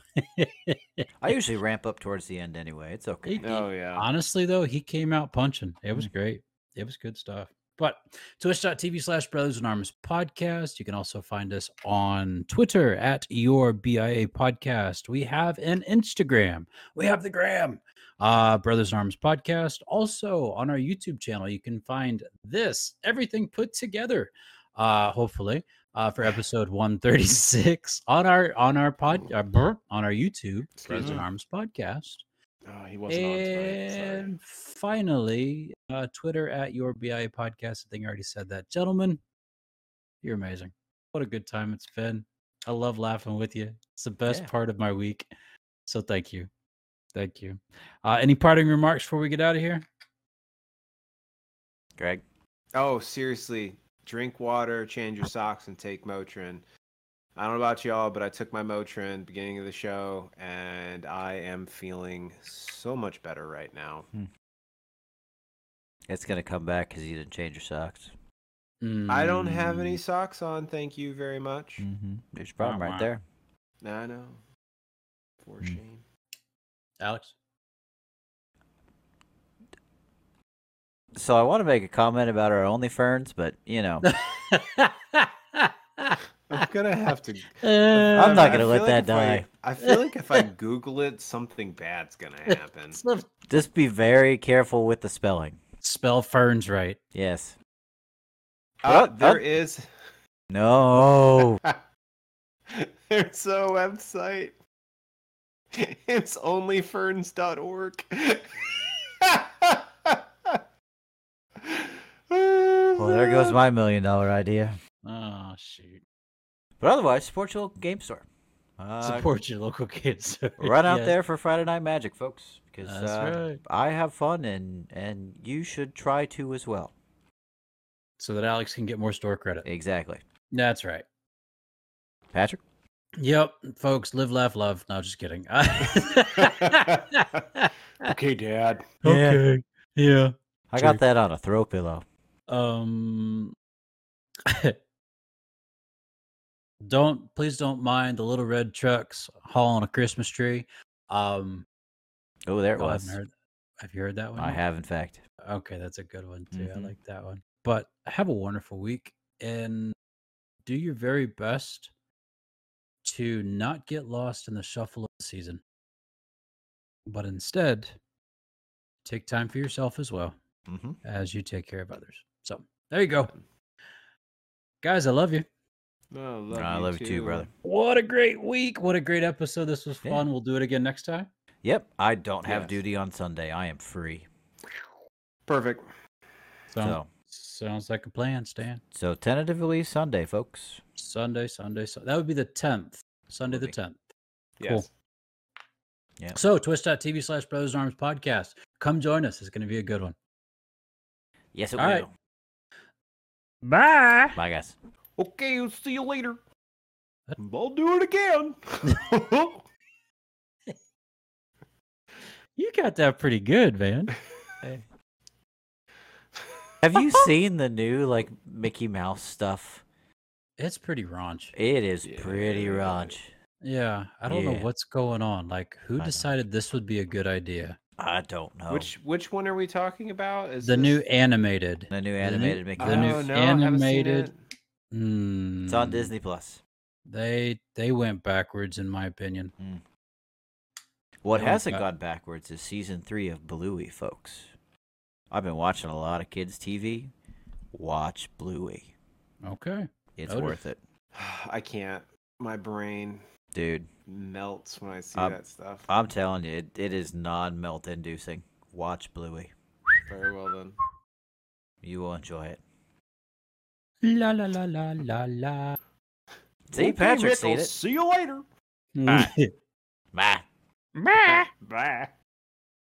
[SPEAKER 3] I usually ramp up towards the end anyway. It's okay.
[SPEAKER 2] Hey,
[SPEAKER 1] Oh yeah.
[SPEAKER 2] honestly, though, he came out punching. It was great. It was good stuff. But twitch.tv slash brothers in arms podcast. You can also find us on Twitter at your BIA podcast. We have an Instagram. We have the gram. Uh, brothers in arms podcast. Also on our YouTube channel, you can find this, everything put together, uh, hopefully, uh, for episode 136 on our on our pod uh, brr, on our YouTube,
[SPEAKER 1] Excuse
[SPEAKER 2] Brothers in
[SPEAKER 1] me.
[SPEAKER 2] Arms Podcast.
[SPEAKER 1] Oh, he wasn't on tonight. Sorry.
[SPEAKER 2] And finally, uh, Twitter at your BIA podcast. I think I already said that. Gentlemen, you're amazing. What a good time it's been. I love laughing with you. It's the best
[SPEAKER 3] Yeah.
[SPEAKER 2] part of my week. So thank you. Thank you. Uh, any parting remarks before we get out of here?
[SPEAKER 3] Greg.
[SPEAKER 1] Oh, seriously. Drink water, change your socks, and take Motrin. I don't know about y'all, but I took my Motrin beginning of the show, and I am feeling so much better right now.
[SPEAKER 3] It's gonna come back because you didn't change your socks.
[SPEAKER 1] I don't have any
[SPEAKER 2] Mm,
[SPEAKER 1] socks on, thank you very much.
[SPEAKER 3] Mm-hmm. There's a problem
[SPEAKER 2] Oh, Wow,
[SPEAKER 3] right
[SPEAKER 2] wow.
[SPEAKER 3] there.
[SPEAKER 1] I know. For
[SPEAKER 3] Mm.
[SPEAKER 1] shame.
[SPEAKER 2] Alex.
[SPEAKER 3] So I want to make a comment about our OnlyFerns, but you know,
[SPEAKER 1] I'm gonna have to.
[SPEAKER 2] Uh,
[SPEAKER 3] I'm
[SPEAKER 1] I
[SPEAKER 3] not gonna
[SPEAKER 1] feel
[SPEAKER 3] let
[SPEAKER 1] like
[SPEAKER 3] that
[SPEAKER 1] if I-
[SPEAKER 3] die.
[SPEAKER 1] I feel like if I Google it, something bad's gonna happen.
[SPEAKER 3] just be very careful with the spelling.
[SPEAKER 2] Spell ferns right.
[SPEAKER 3] Yes.
[SPEAKER 1] Uh,
[SPEAKER 3] Well,
[SPEAKER 1] there
[SPEAKER 3] uh-
[SPEAKER 1] is.
[SPEAKER 3] No.
[SPEAKER 1] There's a website. It's onlyferns.org.
[SPEAKER 3] well, there goes my million dollar idea.
[SPEAKER 2] Oh shoot.
[SPEAKER 3] But otherwise, support your local game store. Uh,
[SPEAKER 2] Support your local kids.
[SPEAKER 3] Run out
[SPEAKER 2] Yes.
[SPEAKER 3] there for Friday Night Magic, folks, because
[SPEAKER 2] That's
[SPEAKER 3] uh,
[SPEAKER 2] right.
[SPEAKER 3] I have fun and and you should try to as well.
[SPEAKER 2] so that Alex can get more store credit.
[SPEAKER 3] Exactly.
[SPEAKER 2] That's right.
[SPEAKER 3] Patrick.
[SPEAKER 2] Yep, folks, live, laugh, love. No, just kidding.
[SPEAKER 1] Okay, Dad.
[SPEAKER 2] okay. Yeah.
[SPEAKER 3] I
[SPEAKER 2] True.
[SPEAKER 3] got that on a throw pillow.
[SPEAKER 2] Um. don't please don't mind the little red trucks hauling a Christmas tree. Um,
[SPEAKER 3] Oh, there it
[SPEAKER 2] oh, I
[SPEAKER 3] was.
[SPEAKER 2] haven't heard. Have you heard that one?
[SPEAKER 3] I
[SPEAKER 2] yet?
[SPEAKER 3] have, in fact.
[SPEAKER 2] Okay, that's a good one too. I
[SPEAKER 3] Mhm.
[SPEAKER 2] like that one. But have a wonderful week and do your very best to not get lost in the shuffle of the season. But instead, take time for yourself as well
[SPEAKER 3] Mm-hmm.
[SPEAKER 2] as you take care of others. So there you go. Guys, I love you.
[SPEAKER 1] No,
[SPEAKER 3] I love, you too, brother.
[SPEAKER 2] What a great week. What a great episode. This was
[SPEAKER 3] Yeah.
[SPEAKER 2] fun. We'll do it again next time.
[SPEAKER 3] Yep, I don't have
[SPEAKER 1] Yes.
[SPEAKER 3] duty on Sunday. I am free.
[SPEAKER 1] Perfect.
[SPEAKER 2] Sounds,
[SPEAKER 3] So,
[SPEAKER 2] sounds like a plan, Stan.
[SPEAKER 3] so tentatively Sunday, folks.
[SPEAKER 2] Sunday, Sunday, Sunday. That would be the 10th. Sunday the
[SPEAKER 3] Would be.
[SPEAKER 2] 10th.
[SPEAKER 1] Yes.
[SPEAKER 3] Yeah.
[SPEAKER 2] So twitch.tv slash brothers in arms podcast. Come join us. It's going to be a good one.
[SPEAKER 3] Yes, it
[SPEAKER 2] All right.
[SPEAKER 3] will.
[SPEAKER 2] Bye.
[SPEAKER 3] Bye, guys.
[SPEAKER 1] Okay, I'll see you later. I'll do it again.
[SPEAKER 3] Oh.
[SPEAKER 2] You got that pretty good, man.
[SPEAKER 3] Have you seen the new like Mickey Mouse stuff?
[SPEAKER 2] It's pretty raunch.
[SPEAKER 3] It is
[SPEAKER 1] Yeah.
[SPEAKER 3] pretty raunch.
[SPEAKER 2] Yeah. I don't know
[SPEAKER 3] Yeah.
[SPEAKER 2] what's going on. Like, who
[SPEAKER 3] know.
[SPEAKER 2] decided this would be a good idea?
[SPEAKER 3] I don't know.
[SPEAKER 1] Which which one are we talking about? Is
[SPEAKER 2] the
[SPEAKER 1] this-
[SPEAKER 2] new animated.
[SPEAKER 3] the new animated Mickey
[SPEAKER 1] Oh,
[SPEAKER 2] the
[SPEAKER 3] Mouse.
[SPEAKER 2] new
[SPEAKER 1] no, I haven't seen
[SPEAKER 2] animated-
[SPEAKER 1] it.
[SPEAKER 3] It's on
[SPEAKER 2] Mm,
[SPEAKER 3] Disney Plus.
[SPEAKER 2] They they went backwards, in my opinion.
[SPEAKER 3] What
[SPEAKER 2] Yeah, we've
[SPEAKER 3] hasn't
[SPEAKER 2] got-
[SPEAKER 3] gone backwards is season three of Bluey, folks. I've been watching a lot of kids' TV. Watch Bluey.
[SPEAKER 2] Okay.
[SPEAKER 3] It's
[SPEAKER 2] Noted.
[SPEAKER 3] worth it,
[SPEAKER 1] I can't. My brain
[SPEAKER 3] dude.
[SPEAKER 1] melts when I see
[SPEAKER 3] Um,
[SPEAKER 1] that stuff.
[SPEAKER 3] I'm telling you, it, it is non-melt inducing. Watch Bluey.
[SPEAKER 1] Very well then.
[SPEAKER 3] You will enjoy it.
[SPEAKER 2] La la la la la la.
[SPEAKER 3] See,
[SPEAKER 1] Okay,
[SPEAKER 3] Patrick
[SPEAKER 1] Rick,
[SPEAKER 3] seen
[SPEAKER 1] I'll
[SPEAKER 3] it.
[SPEAKER 1] See you later.
[SPEAKER 3] Bye.
[SPEAKER 1] Bye.